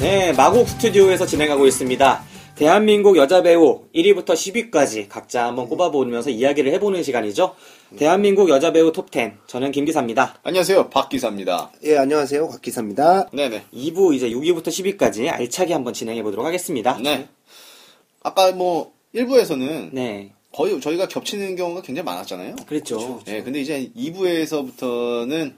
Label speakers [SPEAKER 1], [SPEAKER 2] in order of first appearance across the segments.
[SPEAKER 1] 네, 마곡 스튜디오에서 진행하고 있습니다. 대한민국 여자 배우 1위부터 10위까지 각자 한번 꼽아보면서 이야기를 해보는 시간이죠. 대한민국 여자 배우 톱10. 저는 김 기사입니다.
[SPEAKER 2] 안녕하세요, 박 기사입니다.
[SPEAKER 3] 예, 안녕하세요. 곽 기사입니다.
[SPEAKER 2] 네네.
[SPEAKER 1] 2부 이제 6위부터 10위까지 알차게 한번 진행해보도록 하겠습니다.
[SPEAKER 2] 네. 아까 뭐, 1부에서는
[SPEAKER 1] 네,
[SPEAKER 2] 거의 저희가 겹치는 경우가 굉장히 많았잖아요.
[SPEAKER 1] 그랬죠.
[SPEAKER 2] 네, 근데 이제 2부에서부터는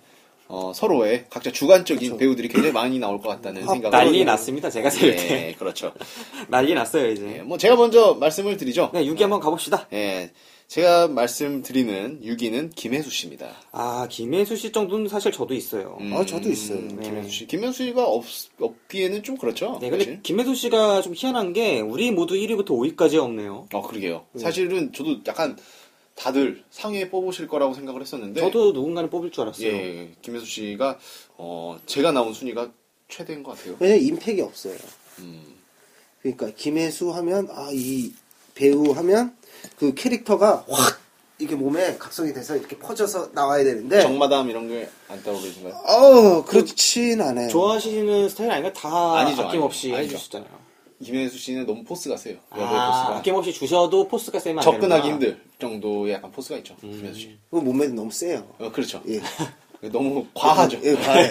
[SPEAKER 2] 어, 서로의 각자 주관적인 배우들이 굉장히 많이 나올 것 같다는 생각을.
[SPEAKER 1] 어, 난리
[SPEAKER 2] 하고요.
[SPEAKER 1] 났습니다. 제가 세울 때.
[SPEAKER 2] 네, 그렇죠.
[SPEAKER 1] 난리 났어요,
[SPEAKER 2] 네,
[SPEAKER 1] 이제.
[SPEAKER 2] 뭐 제가 먼저 말씀을 드리죠.
[SPEAKER 1] 네, 6위 한번 가봅시다.
[SPEAKER 2] 예, 제가 말씀드리는 6위는 김혜수 씨입니다.
[SPEAKER 1] 아, 김혜수 씨 정도는 사실 저도 있어요.
[SPEAKER 2] 음.
[SPEAKER 3] 아, 저도 있어요. 네.
[SPEAKER 2] 김혜수 씨. 김혜수 씨가 없, 없기에는 좀 그렇죠.
[SPEAKER 1] 네, 근데
[SPEAKER 2] 사실.
[SPEAKER 1] 김혜수 씨가 좀 희한한 게 우리 모두 1위부터 5위까지 없네요.
[SPEAKER 2] 어, 그러게요. 사실은 저도 약간 다들 상위에 뽑으실 거라고 생각을 했었는데.
[SPEAKER 1] 저도 누군가는 뽑을 줄 알았어요.
[SPEAKER 2] 네. 예, 김혜수 씨가, 어, 제가 나온 순위가 최대인 것 같아요.
[SPEAKER 3] 왜냐면 임팩이 없어요.
[SPEAKER 2] 음,
[SPEAKER 3] 그러니까 김혜수 하면 아, 이 배우 하면 그 캐릭터가 확 이게 몸에 각성이 돼서 이렇게 퍼져서 나와야 되는데
[SPEAKER 2] 정마담 이런 게 안 떠오르신가요?
[SPEAKER 3] 어, 그렇진 않아요.
[SPEAKER 1] 좋아하시는 스타일 아닌가? 다
[SPEAKER 2] 네. 아니죠,
[SPEAKER 1] 아낌없이
[SPEAKER 2] 아니죠.
[SPEAKER 1] 해주시잖아요.
[SPEAKER 2] 김혜수 씨는 너무 포스가 세요. 여배우
[SPEAKER 1] 아,
[SPEAKER 2] 포스가.
[SPEAKER 1] 아낌없이 주셔도 포스가 세면 안
[SPEAKER 2] 접근하기
[SPEAKER 1] 되는구나.
[SPEAKER 2] 힘들 정도의 약간 포스가 있죠. 김혜수 씨.
[SPEAKER 3] 그 몸매도 너무 세요.
[SPEAKER 2] 어, 그렇죠.
[SPEAKER 3] 예.
[SPEAKER 2] 너무 과하죠. 아,
[SPEAKER 3] 예, 과해.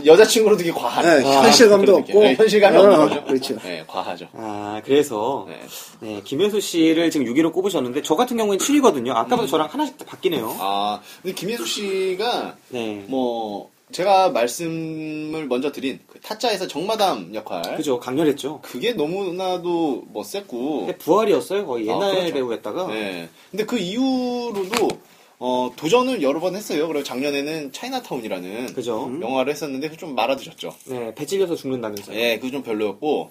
[SPEAKER 2] 여자친구로도 이게 과한.
[SPEAKER 3] 네,
[SPEAKER 2] 과한
[SPEAKER 3] 현실감도
[SPEAKER 2] 그런 느낌.
[SPEAKER 3] 없고.
[SPEAKER 2] 네, 현실감이
[SPEAKER 3] 어,
[SPEAKER 2] 없는 거죠.
[SPEAKER 3] 그렇죠.
[SPEAKER 2] 네, 과하죠.
[SPEAKER 1] 아, 그래서
[SPEAKER 2] 네.
[SPEAKER 1] 네, 김혜수 씨를 지금 6위로 꼽으셨는데 저 같은 경우는 7위거든요. 아까보다 저랑 하나씩 바뀌네요.
[SPEAKER 2] 음. 아, 근데 김혜수 씨가
[SPEAKER 1] 네.
[SPEAKER 2] 뭐 제가 말씀을 먼저 드린 그 타짜에서 정마담 역할
[SPEAKER 1] 그죠? 강렬했죠.
[SPEAKER 2] 그게 너무나도 뭐 셌고
[SPEAKER 1] 근데 부활이었어요. 거의 옛날
[SPEAKER 2] 아, 그렇죠.
[SPEAKER 1] 배우였다가
[SPEAKER 2] 네. 근데 그 이후로도 어, 도전을 여러 번 했어요. 그리고 작년에는 차이나타운이라는
[SPEAKER 1] 그죠? 음.
[SPEAKER 2] 영화를 했었는데 좀 말아드셨죠.
[SPEAKER 1] 네, 배 찔려서 죽는다면서요.
[SPEAKER 2] 예, 그거 좀 별로였고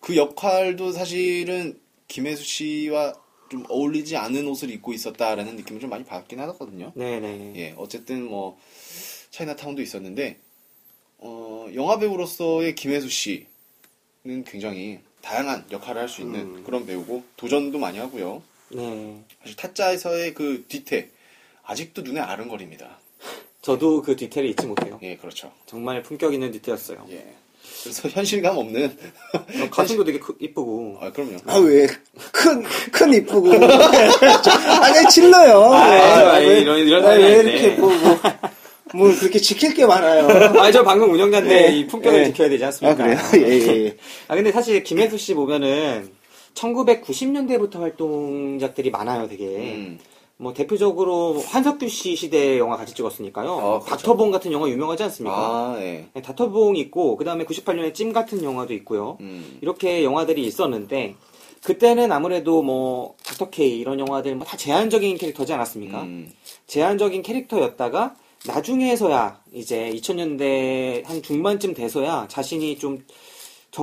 [SPEAKER 2] 그 역할도 사실은 김혜수 씨와 좀 어울리지 않은 옷을 입고 있었다라는 느낌을 좀 많이 받긴 하거든요.
[SPEAKER 1] 네, 네.
[SPEAKER 2] 예, 어쨌든 뭐 차이나타운도 있었는데 어, 영화 배우로서의 김혜수 씨는 굉장히 다양한 역할을 할 수 있는
[SPEAKER 1] 음.
[SPEAKER 2] 그런 배우고 도전도 많이 하고요.
[SPEAKER 1] 네.
[SPEAKER 2] 사실 타짜에서의 그 뒤태 아직도 눈에 아른거립니다.
[SPEAKER 1] 저도 그 디테일을 잊지 못해요.
[SPEAKER 2] 예, 그렇죠.
[SPEAKER 1] 정말 품격 있는 디테일이었어요.
[SPEAKER 2] 예. 그래서 현실감 없는
[SPEAKER 1] 가슴도 되게 크- 이쁘고.
[SPEAKER 2] 아, 그럼요.
[SPEAKER 3] 아, 왜? 큰, 큰 이쁘고. 아, 그냥 질러요.
[SPEAKER 1] 아,
[SPEAKER 3] 아, 왜-
[SPEAKER 1] 이런- 이런
[SPEAKER 3] 아, 왜
[SPEAKER 1] 사람이
[SPEAKER 3] 이렇게
[SPEAKER 1] 있네.
[SPEAKER 3] 뭐, 뭐, 뭐, 그렇게 지킬 게 많아요.
[SPEAKER 1] 아, 저 방금 운영자인데
[SPEAKER 2] 네.
[SPEAKER 1] 이 품격을
[SPEAKER 3] 예.
[SPEAKER 1] 지켜야 되지
[SPEAKER 3] 아,
[SPEAKER 1] 않습니까?
[SPEAKER 3] 그래요? 예, 예, 예.
[SPEAKER 1] 아 근데 사실 김혜수 씨 보면은 1990년대부터 활동작들이 많아요, 되게.
[SPEAKER 2] 음.
[SPEAKER 1] 뭐 대표적으로 한석규 씨 시대 영화 같이 찍었으니까요.
[SPEAKER 2] 아, 그렇죠.
[SPEAKER 1] 다터봉 같은 영화 유명하지 않습니까?
[SPEAKER 2] 아, 예.
[SPEAKER 1] 네, 다터봉 있고 그다음에 98년에 찜 같은 영화도 있고요.
[SPEAKER 2] 음.
[SPEAKER 1] 이렇게 영화들이 있었는데 그때는 아무래도 뭐 닥터 K 이런 영화들 뭐다 제한적인 캐릭터지 않았습니까?
[SPEAKER 2] 음.
[SPEAKER 1] 제한적인 캐릭터였다가 나중에서야 이제 2000년대 한 중반쯤 돼서야 자신이 좀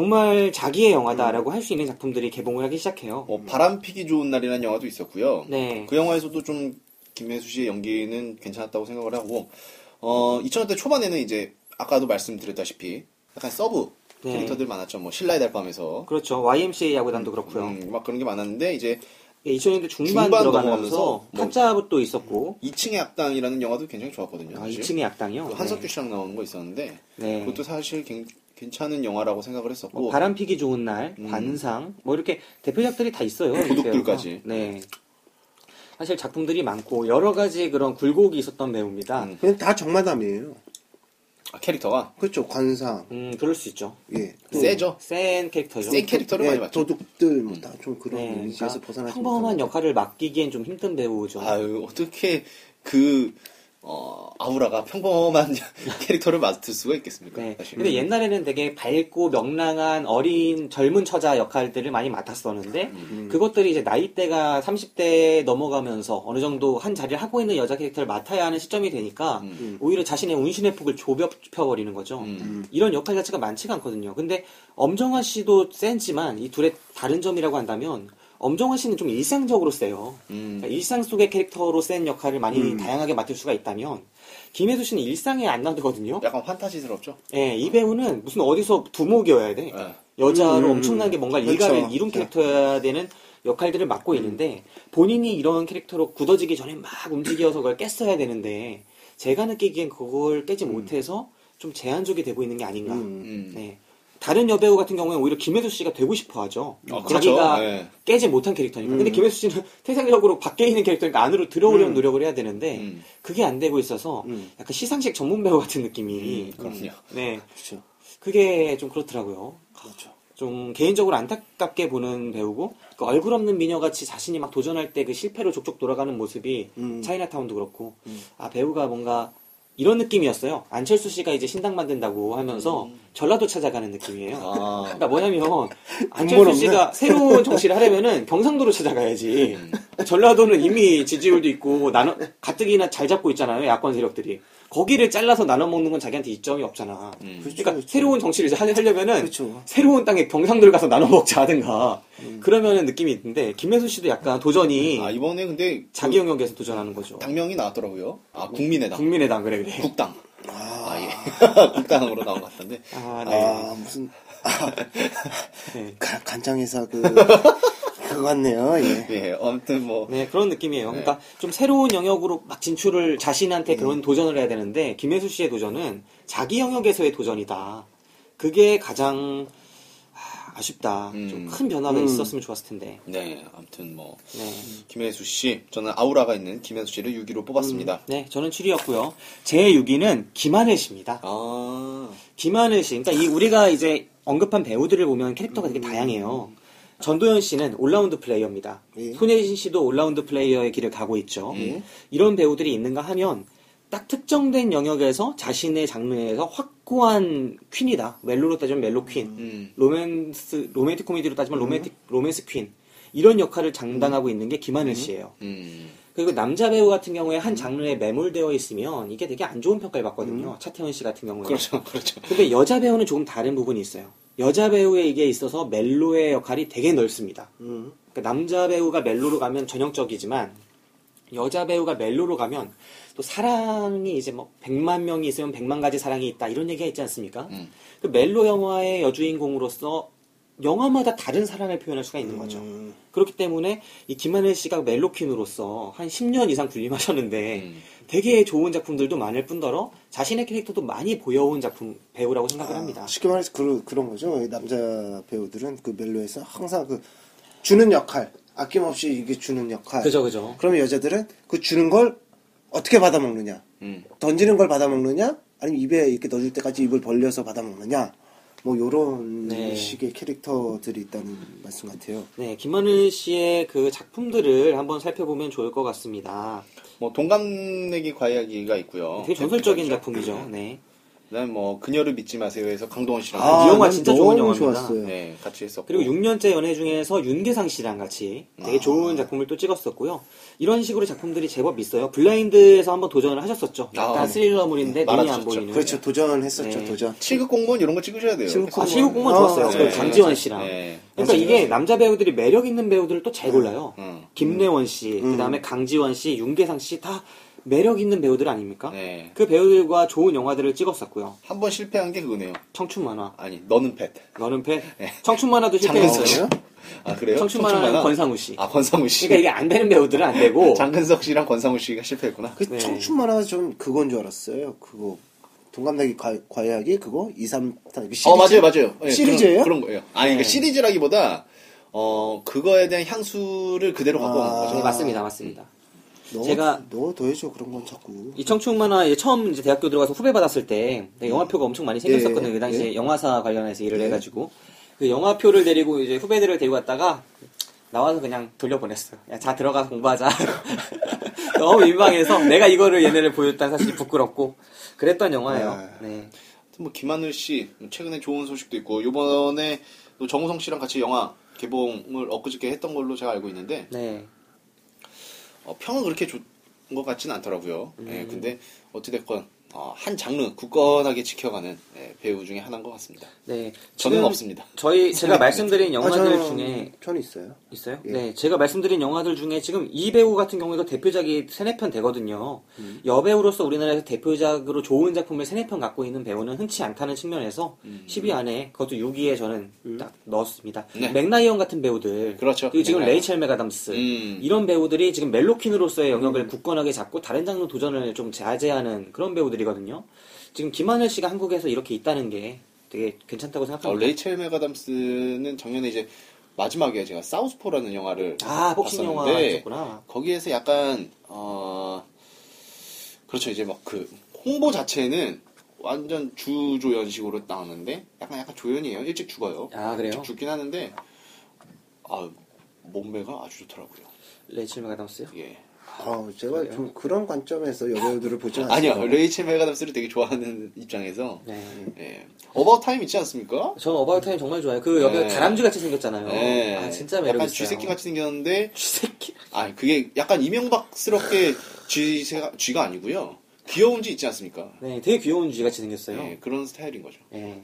[SPEAKER 1] 정말 자기의
[SPEAKER 2] 음.
[SPEAKER 1] 영화다라고 할 수 있는 작품들이 개봉을 하기 시작해요.
[SPEAKER 2] 뭐 바람피기 좋은 날이라는 영화도 있었고요.
[SPEAKER 1] 네.
[SPEAKER 2] 그 영화에서도 좀 김혜수 씨의 연기는 괜찮았다고 생각을 하고 어 2000년대 초반에는 이제 아까도 말씀드렸다시피 약간 서브
[SPEAKER 1] 네.
[SPEAKER 2] 캐릭터들 많았죠. 뭐 신라의 달밤에서
[SPEAKER 1] 그렇죠. YMCA 야구단도 그렇고요.
[SPEAKER 2] 음, 막 그런 게 많았는데 이제
[SPEAKER 1] 2000년대 중반,
[SPEAKER 2] 중반
[SPEAKER 1] 들어가면서
[SPEAKER 2] 넘어가면서 뭐-
[SPEAKER 1] 타짜도 있었고
[SPEAKER 2] 2층의 악당이라는 영화도 굉장히 좋았거든요.
[SPEAKER 1] 아,
[SPEAKER 2] 사실.
[SPEAKER 1] 2층의 악당이요.
[SPEAKER 2] 그 한석규 씨랑 나오는 거 있었는데
[SPEAKER 1] 네. 네.
[SPEAKER 2] 그것도 사실 괜- 괜찮은 영화라고 생각을 했었고
[SPEAKER 1] 뭐 바람 피기 좋은 날,
[SPEAKER 2] 음.
[SPEAKER 1] 관상, 뭐 이렇게 대표작들이 다 있어요. 이
[SPEAKER 2] 도둑들까지.
[SPEAKER 1] 배우가. 네. 사실 작품들이 많고 여러 가지 그런 굴곡이 있었던 배우입니다. 음,
[SPEAKER 2] 음.
[SPEAKER 3] 그냥 예. 다 정마담이에요.
[SPEAKER 2] 아, 캐릭터가
[SPEAKER 3] 그렇죠. 관상.
[SPEAKER 1] 음, 그럴 수 있죠.
[SPEAKER 3] 예. 또
[SPEAKER 2] 세죠.
[SPEAKER 1] 센 캐릭터죠.
[SPEAKER 2] 센 캐릭터를
[SPEAKER 3] 예,
[SPEAKER 2] 많이 봤죠.
[SPEAKER 3] 도둑들 뭐 다 좀 그런
[SPEAKER 1] 네,
[SPEAKER 3] 이미지에서
[SPEAKER 1] 그러니까
[SPEAKER 3] 벗어나지
[SPEAKER 1] 평범한
[SPEAKER 3] 못하는.
[SPEAKER 1] 역할을 맡기기엔 좀 힘든 배우죠.
[SPEAKER 2] 아유 어떻게 그 어, 아우라가 평범한 캐릭터를 맡을 수가 있겠습니까?
[SPEAKER 1] 네.
[SPEAKER 2] 사실.
[SPEAKER 1] 근데 옛날에는 되게 밝고 명랑한 어린 젊은 처자 역할들을 많이 맡았었는데 그것들이 이제 나이대가 30대 넘어가면서 어느 정도 한 자리를 하고 있는 여자 캐릭터를 맡아야 하는 시점이 되니까
[SPEAKER 2] 음.
[SPEAKER 1] 오히려 자신의 운신의 폭을 좁혀버리는 버리 거죠.
[SPEAKER 2] 음.
[SPEAKER 1] 이런 역할 자체가 많지가 않거든요. 근데 엄정화 씨도 센지만 이 둘의 다른 점이라고 한다면 엄정화 씨는 좀 일상적으로 세요.
[SPEAKER 2] 음.
[SPEAKER 1] 그러니까 일상 속의 캐릭터로 센 역할을 많이
[SPEAKER 3] 음.
[SPEAKER 1] 다양하게 맡을 수가 있다면 김혜수 씨는 일상에 안 나오거든요.
[SPEAKER 2] 약간 환타지스럽죠.
[SPEAKER 1] 예, 이 배우는 무슨 어디서 두목이어야 돼.
[SPEAKER 2] 예.
[SPEAKER 1] 여자로
[SPEAKER 3] 음,
[SPEAKER 1] 엄청나게 뭔가
[SPEAKER 3] 그렇죠.
[SPEAKER 1] 일가를 이룬
[SPEAKER 3] 자. 음.
[SPEAKER 1] 캐릭터여야 되는 역할들을 맡고 있는데 본인이 이런 캐릭터로 굳어지기 전에 막 움직여서 그걸 깼어야 되는데 제가 느끼기엔 그걸 깨지 못해서 좀 제한적이 되고 있는 게 아닌가.
[SPEAKER 3] 음.
[SPEAKER 2] 음.
[SPEAKER 1] 네. 다른 여배우 같은 경우에는 오히려 김혜수 씨가 되고 싶어 하죠.
[SPEAKER 2] 아, 그렇죠.
[SPEAKER 1] 음, 자기가
[SPEAKER 2] 네.
[SPEAKER 1] 깨지 못한 캐릭터니까. 근데 김혜수 씨는 태생적으로 밖에 있는 캐릭터니까 안으로 들어오려는 노력을 해야 되는데
[SPEAKER 2] 음.
[SPEAKER 1] 그게 안 되고 있어서
[SPEAKER 3] 음.
[SPEAKER 1] 약간 시상식 전문 배우 같은 느낌이
[SPEAKER 2] 음, 그럼요.
[SPEAKER 1] 네
[SPEAKER 3] 그렇죠.
[SPEAKER 1] 그게 좀 그렇더라고요.
[SPEAKER 3] 그렇죠.
[SPEAKER 1] 좀 개인적으로 안타깝게 보는 배우고 그 얼굴 없는 미녀같이 자신이 막 도전할 때 그 실패로 족족 돌아가는 모습이
[SPEAKER 3] 음.
[SPEAKER 1] 차이나타운도 그렇고 아 배우가 뭔가 이런 느낌이었어요. 안철수 씨가 이제 신당 만든다고 하면서 전라도 찾아가는 느낌이에요.
[SPEAKER 2] 아,
[SPEAKER 1] 그러니까 뭐냐면
[SPEAKER 3] 근본
[SPEAKER 1] 안철수
[SPEAKER 3] 없네.
[SPEAKER 1] 씨가 새로운 정치를 하려면은 경상도로 찾아가야지. 전라도는 이미 지지율도 있고 나눠 가뜩이나 잘 잡고 있잖아요 야권 세력들이. 거기를 잘라서 나눠 먹는 건 자기한테 이점이 없잖아.
[SPEAKER 2] 음.
[SPEAKER 3] 그렇죠.
[SPEAKER 1] 그러니까 새로운 정치를 이제 하- 하려면은
[SPEAKER 3] 그렇죠.
[SPEAKER 1] 새로운 땅에 경상도를 가서 나눠 먹자 하든가
[SPEAKER 3] 음.
[SPEAKER 1] 그러면은 느낌이 있는데 김혜수 씨도 약간 도전이
[SPEAKER 2] 아 이번에 근데
[SPEAKER 1] 자기 영역에서 도전하는 거죠.
[SPEAKER 2] 당명이 나왔더라고요. 아 국민의당,
[SPEAKER 1] 네. 국민의당 그래 그래.
[SPEAKER 2] 국당. 아,
[SPEAKER 3] 아,
[SPEAKER 2] 예. 국당으로 나온 것 같던데.
[SPEAKER 1] 아,
[SPEAKER 3] 아,
[SPEAKER 1] 네.
[SPEAKER 3] 무슨
[SPEAKER 1] 네.
[SPEAKER 3] 가- 간장회사 그 그거 같네요. 예.
[SPEAKER 2] 예, 아무튼 뭐
[SPEAKER 1] 네, 그런 느낌이에요. 그러니까 좀 새로운 영역으로 막 진출을 자신한테 그런 도전을 해야 되는데 김혜수 씨의 도전은 자기 영역에서의 도전이다. 그게 가장 아, 아쉽다.
[SPEAKER 2] 음.
[SPEAKER 1] 좀 큰 변화가
[SPEAKER 3] 음.
[SPEAKER 1] 있었으면 좋았을 텐데.
[SPEAKER 2] 네, 아무튼 뭐
[SPEAKER 1] 네.
[SPEAKER 2] 김혜수 씨, 저는 아우라가 있는 김혜수 씨를 6위로 뽑았습니다.
[SPEAKER 1] 네, 저는 7위였고요. 제 6위는 김하늘 씨입니다.
[SPEAKER 2] 아,
[SPEAKER 1] 김하늘 씨, 그러니까 이 우리가 이제 언급한 배우들을 보면 캐릭터가
[SPEAKER 2] 음.
[SPEAKER 1] 되게 다양해요. 전도연 씨는 올라운드 플레이어입니다.
[SPEAKER 3] 예.
[SPEAKER 1] 손예진 씨도 올라운드 플레이어의 길을 가고 있죠.
[SPEAKER 2] 예.
[SPEAKER 1] 이런 배우들이 있는가 하면 딱 특정된 영역에서 자신의 장르에서 확고한 퀸이다. 멜로로 따지면 멜로 퀸,
[SPEAKER 2] 음,
[SPEAKER 1] 로맨스 로맨틱 코미디로 따지면 로맨틱 로맨스 퀸 이런 역할을 장담하고 있는 게 김하늘 씨예요.
[SPEAKER 2] 음,
[SPEAKER 1] 그리고 남자 배우 같은 경우에 한 장르에 매몰되어 있으면 이게 되게 안 좋은 평가를 받거든요. 차태현 씨 같은 경우에.
[SPEAKER 2] 음. 그렇죠, 그렇죠.
[SPEAKER 1] 근데 여자 배우는 조금 다른 부분이 있어요. 여자 배우의 이게 있어서 멜로의 역할이 되게 넓습니다.
[SPEAKER 3] 음.
[SPEAKER 1] 그러니까 남자 배우가 멜로로 가면 전형적이지만 여자 배우가 멜로로 가면 또 사랑이 이제 뭐 100만 명이 있으면 100만 가지 사랑이 있다 이런 얘기가 있지 않습니까?
[SPEAKER 2] 음.
[SPEAKER 1] 그 멜로 영화의 여주인공으로서 영화마다 다른 사랑을 표현할 수가 있는 거죠.
[SPEAKER 3] 음.
[SPEAKER 1] 그렇기 때문에 이 김하늘 씨가 멜로퀸으로서 한 10년 이상 군림하셨는데
[SPEAKER 2] 음.
[SPEAKER 1] 되게 좋은 작품들도 많을 뿐더러 자신의 캐릭터도 많이 보여온 작품 배우라고 생각을 합니다.
[SPEAKER 3] 아, 쉽게 말해서 그, 그런 거죠. 이 남자 배우들은 그 멜로에서 항상 그 주는 역할, 아낌없이 이게 주는 역할.
[SPEAKER 1] 그죠 그죠.
[SPEAKER 3] 그러면 여자들은 그 주는 걸 어떻게 받아먹느냐.
[SPEAKER 2] 음.
[SPEAKER 3] 던지는 걸 받아먹느냐, 아니면 입에 이렇게 넣어줄 때까지 입을 벌려서 받아먹느냐. 뭐 요런
[SPEAKER 1] 네.
[SPEAKER 3] 식의 캐릭터들이 있다는 말씀 같아요.
[SPEAKER 1] 네, 김하늘 씨의 그 작품들을 한번 살펴보면 좋을 것 같습니다.
[SPEAKER 2] 뭐 동갑내기 과이야기가 있고요. 그렇죠.
[SPEAKER 1] 되게 전설적인 작품이죠. 네.
[SPEAKER 2] 어, 그다음 뭐 그녀를 믿지 마세요에서 강동원 씨랑
[SPEAKER 1] 아, 이 영화
[SPEAKER 3] 난
[SPEAKER 1] 진짜 좋은
[SPEAKER 3] 너무
[SPEAKER 1] 영화입니다.
[SPEAKER 3] 좋았어요.
[SPEAKER 2] 네, 같이 했었고
[SPEAKER 1] 그리고 6년째 연애 중에서 윤계상 씨랑 같이
[SPEAKER 2] 아.
[SPEAKER 1] 되게 좋은 작품을 또 찍었었고요. 이런 식으로 작품들이 제법 있어요. 블라인드에서 한번 도전을 하셨었죠. 약간
[SPEAKER 2] 아,
[SPEAKER 1] 스릴러물인데
[SPEAKER 2] 네,
[SPEAKER 1] 눈이 안
[SPEAKER 2] 말아주셨죠.
[SPEAKER 1] 보이는.
[SPEAKER 3] 그렇죠. 도전했었죠,
[SPEAKER 1] 네.
[SPEAKER 3] 도전.
[SPEAKER 2] 칠급 공무원 이런 거 찍으셔야 돼요.
[SPEAKER 3] 칠급
[SPEAKER 1] 아,
[SPEAKER 3] 공무원.
[SPEAKER 1] 실국공원
[SPEAKER 3] 아,
[SPEAKER 1] 좋았어요.
[SPEAKER 3] 네.
[SPEAKER 1] 그리고 장지원 씨랑.
[SPEAKER 2] 네.
[SPEAKER 1] 그러니까
[SPEAKER 3] 맞아요,
[SPEAKER 1] 이게
[SPEAKER 3] 맞아요.
[SPEAKER 1] 남자 배우들이 매력 있는 배우들을 또 잘 골라요.
[SPEAKER 2] 음.
[SPEAKER 1] 김래원 씨, 그다음에 강지원 씨, 윤계상 씨 다 매력 있는 배우들 아닙니까?
[SPEAKER 2] 네.
[SPEAKER 1] 그 배우들과 좋은 영화들을 찍었었고요.
[SPEAKER 2] 한 번 실패한 게 그거네요.
[SPEAKER 1] 청춘 만화,
[SPEAKER 2] 아니, 너는 팻.
[SPEAKER 1] 너는 패. 청춘 만화도
[SPEAKER 2] 장근석이요?
[SPEAKER 1] 실패했어요.
[SPEAKER 2] 아, 그래요?
[SPEAKER 1] 네. 청춘 만화는 권상우 씨.
[SPEAKER 2] 아, 권상우 씨.
[SPEAKER 1] 그러니까 이게 안 되는 배우들은 안 되고.
[SPEAKER 2] 장근석 씨랑 권상우 씨가 실패했구나.
[SPEAKER 3] 그
[SPEAKER 1] 네.
[SPEAKER 3] 청춘 만화 전 그건 줄 알았어요. 그거 동갑내기 과, 과외하기 그거 2, 3, 시리즈.
[SPEAKER 2] 어, 맞아요, 맞아요. 예,
[SPEAKER 3] 시리즈예요?
[SPEAKER 2] 그런, 그런 거예요. 아니, 그러니까 시리즈라기보다, 어, 그거에 대한 향수를 그대로 갖고 간
[SPEAKER 1] 네,
[SPEAKER 2] 거죠.
[SPEAKER 1] 맞습니다, 맞습니다.
[SPEAKER 3] 너,
[SPEAKER 1] 제가-
[SPEAKER 3] 너 더해줘 그런 건 자꾸.
[SPEAKER 1] 이 청춘 만화 이제 처음 이제 대학교 들어가서 후배 받았을 때
[SPEAKER 3] 네.
[SPEAKER 1] 내가 영화표가 엄청 많이 생겼었거든요.
[SPEAKER 3] 예,
[SPEAKER 1] 그 당시에
[SPEAKER 3] 예.
[SPEAKER 1] 영화사 관련해서 일을
[SPEAKER 3] 네.
[SPEAKER 1] 해가지고 그 영화표를 데리고 이제 후배들을 데리고 갔다가 나와서 그냥 돌려보냈어요. 야, 자 들어가서 공부하자. 너무 민망해서 내가 이거를 얘네를 보였다는 사실이 부끄럽고 그랬던 영화예요. 네.
[SPEAKER 2] 아무튼 뭐, 김하늘 씨, 최근에 좋은 소식도 있고, 요번에 또 정우성 씨랑 같이 영화 개봉을 엊그저께 했던 걸로 제가 알고 있는데,
[SPEAKER 1] 네.
[SPEAKER 2] 어, 평은 그렇게 좋은 것 같진 않더라고요.
[SPEAKER 1] 음.
[SPEAKER 2] 예, 근데, 어찌됐건, 어, 한 장르 굳건하게 지켜가는 예, 배우 중에 하나인 것 같습니다.
[SPEAKER 1] 네.
[SPEAKER 2] 저는
[SPEAKER 1] 지금
[SPEAKER 2] 없습니다.
[SPEAKER 1] 저희 제가 말씀드린 영화들
[SPEAKER 3] 아, 저는
[SPEAKER 1] 중에
[SPEAKER 3] 편이 있어요.
[SPEAKER 1] 있어요?
[SPEAKER 3] 예.
[SPEAKER 1] 네, 제가 말씀드린 영화들 중에 지금 이 배우 같은 경우에도 대표작이 세네 편 되거든요.
[SPEAKER 2] 음.
[SPEAKER 1] 여배우로서 우리나라에서 대표작으로 좋은 작품을 세네 편 갖고 있는 배우는 흔치 않다는 측면에서 10위 안에 그것도 6위에 저는 딱 넣었습니다.
[SPEAKER 2] 음. 네.
[SPEAKER 1] 맥나이언 같은 배우들,
[SPEAKER 2] 그렇죠.
[SPEAKER 1] 리고 지금
[SPEAKER 2] 맥나이언.
[SPEAKER 1] 레이첼 메가담스
[SPEAKER 2] 음.
[SPEAKER 1] 네. 이런 배우들이 지금 멜로퀸으로서의 영역을 굳건하게 잡고 다른 장르 도전을 좀 자제하는 그런 배우들이거든요. 지금 김하늘 씨가 한국에서 이렇게 있다는 게 되게 괜찮다고
[SPEAKER 2] 어,
[SPEAKER 1] 생각합니다.
[SPEAKER 2] 레이첼 맥아담스는 작년에 이제 마지막에 제가 사우스포라는 영화를
[SPEAKER 1] 아, 복싱 영화
[SPEAKER 2] 봤었는데
[SPEAKER 1] 있었구나.
[SPEAKER 2] 거기에서 약간 어 그렇죠 이제 막 그 홍보 자체는 완전 주조연식으로 나오는데 약간 약간 조연이에요 일찍 죽어요
[SPEAKER 1] 아, 그래요?
[SPEAKER 2] 일찍 죽긴 하는데 아 몸매가 아주 좋더라고요
[SPEAKER 1] 레이첼 맥아담스요?
[SPEAKER 2] 예
[SPEAKER 3] 아, 제가 좀 그런 관점에서 여배우들을 보지 않습니다.
[SPEAKER 2] 아니요 레이첼 맥아담스를 되게 좋아하는 입장에서
[SPEAKER 1] 네.
[SPEAKER 2] 예 어바웃 타임 있지 않습니까?
[SPEAKER 1] 저는 어바웃 타임 정말 좋아해요. 그 여배
[SPEAKER 2] 네.
[SPEAKER 1] 다람쥐 같이 생겼잖아요.
[SPEAKER 2] 예
[SPEAKER 1] 아, 진짜 매력
[SPEAKER 2] 약간
[SPEAKER 1] 있어요.
[SPEAKER 2] 쥐새끼 같이 생겼는데
[SPEAKER 1] 쥐새끼.
[SPEAKER 2] 아 그게 약간 이명박스럽게 쥐새가 쥐가 아니고요 귀여운지 있지 않습니까?
[SPEAKER 1] 네, 되게 귀여운 쥐 같이 생겼어요.
[SPEAKER 2] 예, 그런 스타일인 거죠.
[SPEAKER 1] 예.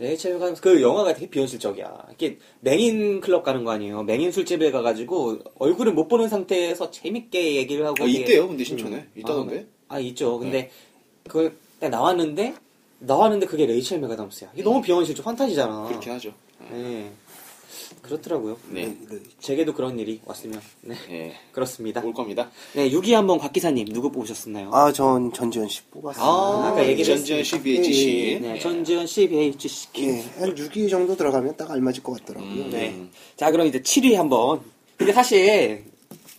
[SPEAKER 1] 레이첼 맥아담스 그 영화가 되게 비현실적이야. 이게 맹인 클럽 가는 거 아니에요. 맹인 술집에 가가지고 얼굴을 못 보는 상태에서 재밌게 얘기를 하고
[SPEAKER 2] 아,
[SPEAKER 1] 되게-
[SPEAKER 2] 있대요, 근데 신촌에.
[SPEAKER 1] 아,
[SPEAKER 2] 있다던데? 네.
[SPEAKER 1] 아, 있죠. 근데 그걸 딱 나왔는데 나왔는데 그게 레이첼 맥아담스야. 이게 너무 비현실적 판타지잖아.
[SPEAKER 2] 네. 그렇긴 하죠. 예.
[SPEAKER 1] 예. 그렇더라고요.
[SPEAKER 2] 네.
[SPEAKER 1] 제게도 그런 일이 왔으면. 네.
[SPEAKER 2] 예.
[SPEAKER 1] 그렇습니다.
[SPEAKER 2] 올 겁니다.
[SPEAKER 1] 네, 6위 한번 곽 기사님 누구 뽑으셨나요?
[SPEAKER 3] 아, 전 전지현 씨 뽑았어요.
[SPEAKER 1] 아, 아까 얘기를
[SPEAKER 2] 전지현 예.
[SPEAKER 1] 했으니까.
[SPEAKER 2] CBHC.
[SPEAKER 1] 네, 전지현 CBHC 키
[SPEAKER 3] 예, 한 6위 정도 들어가면 딱 알맞을 것 같더라고요.
[SPEAKER 1] 네. 자, 그럼 이제 7위 한번. 근데 사실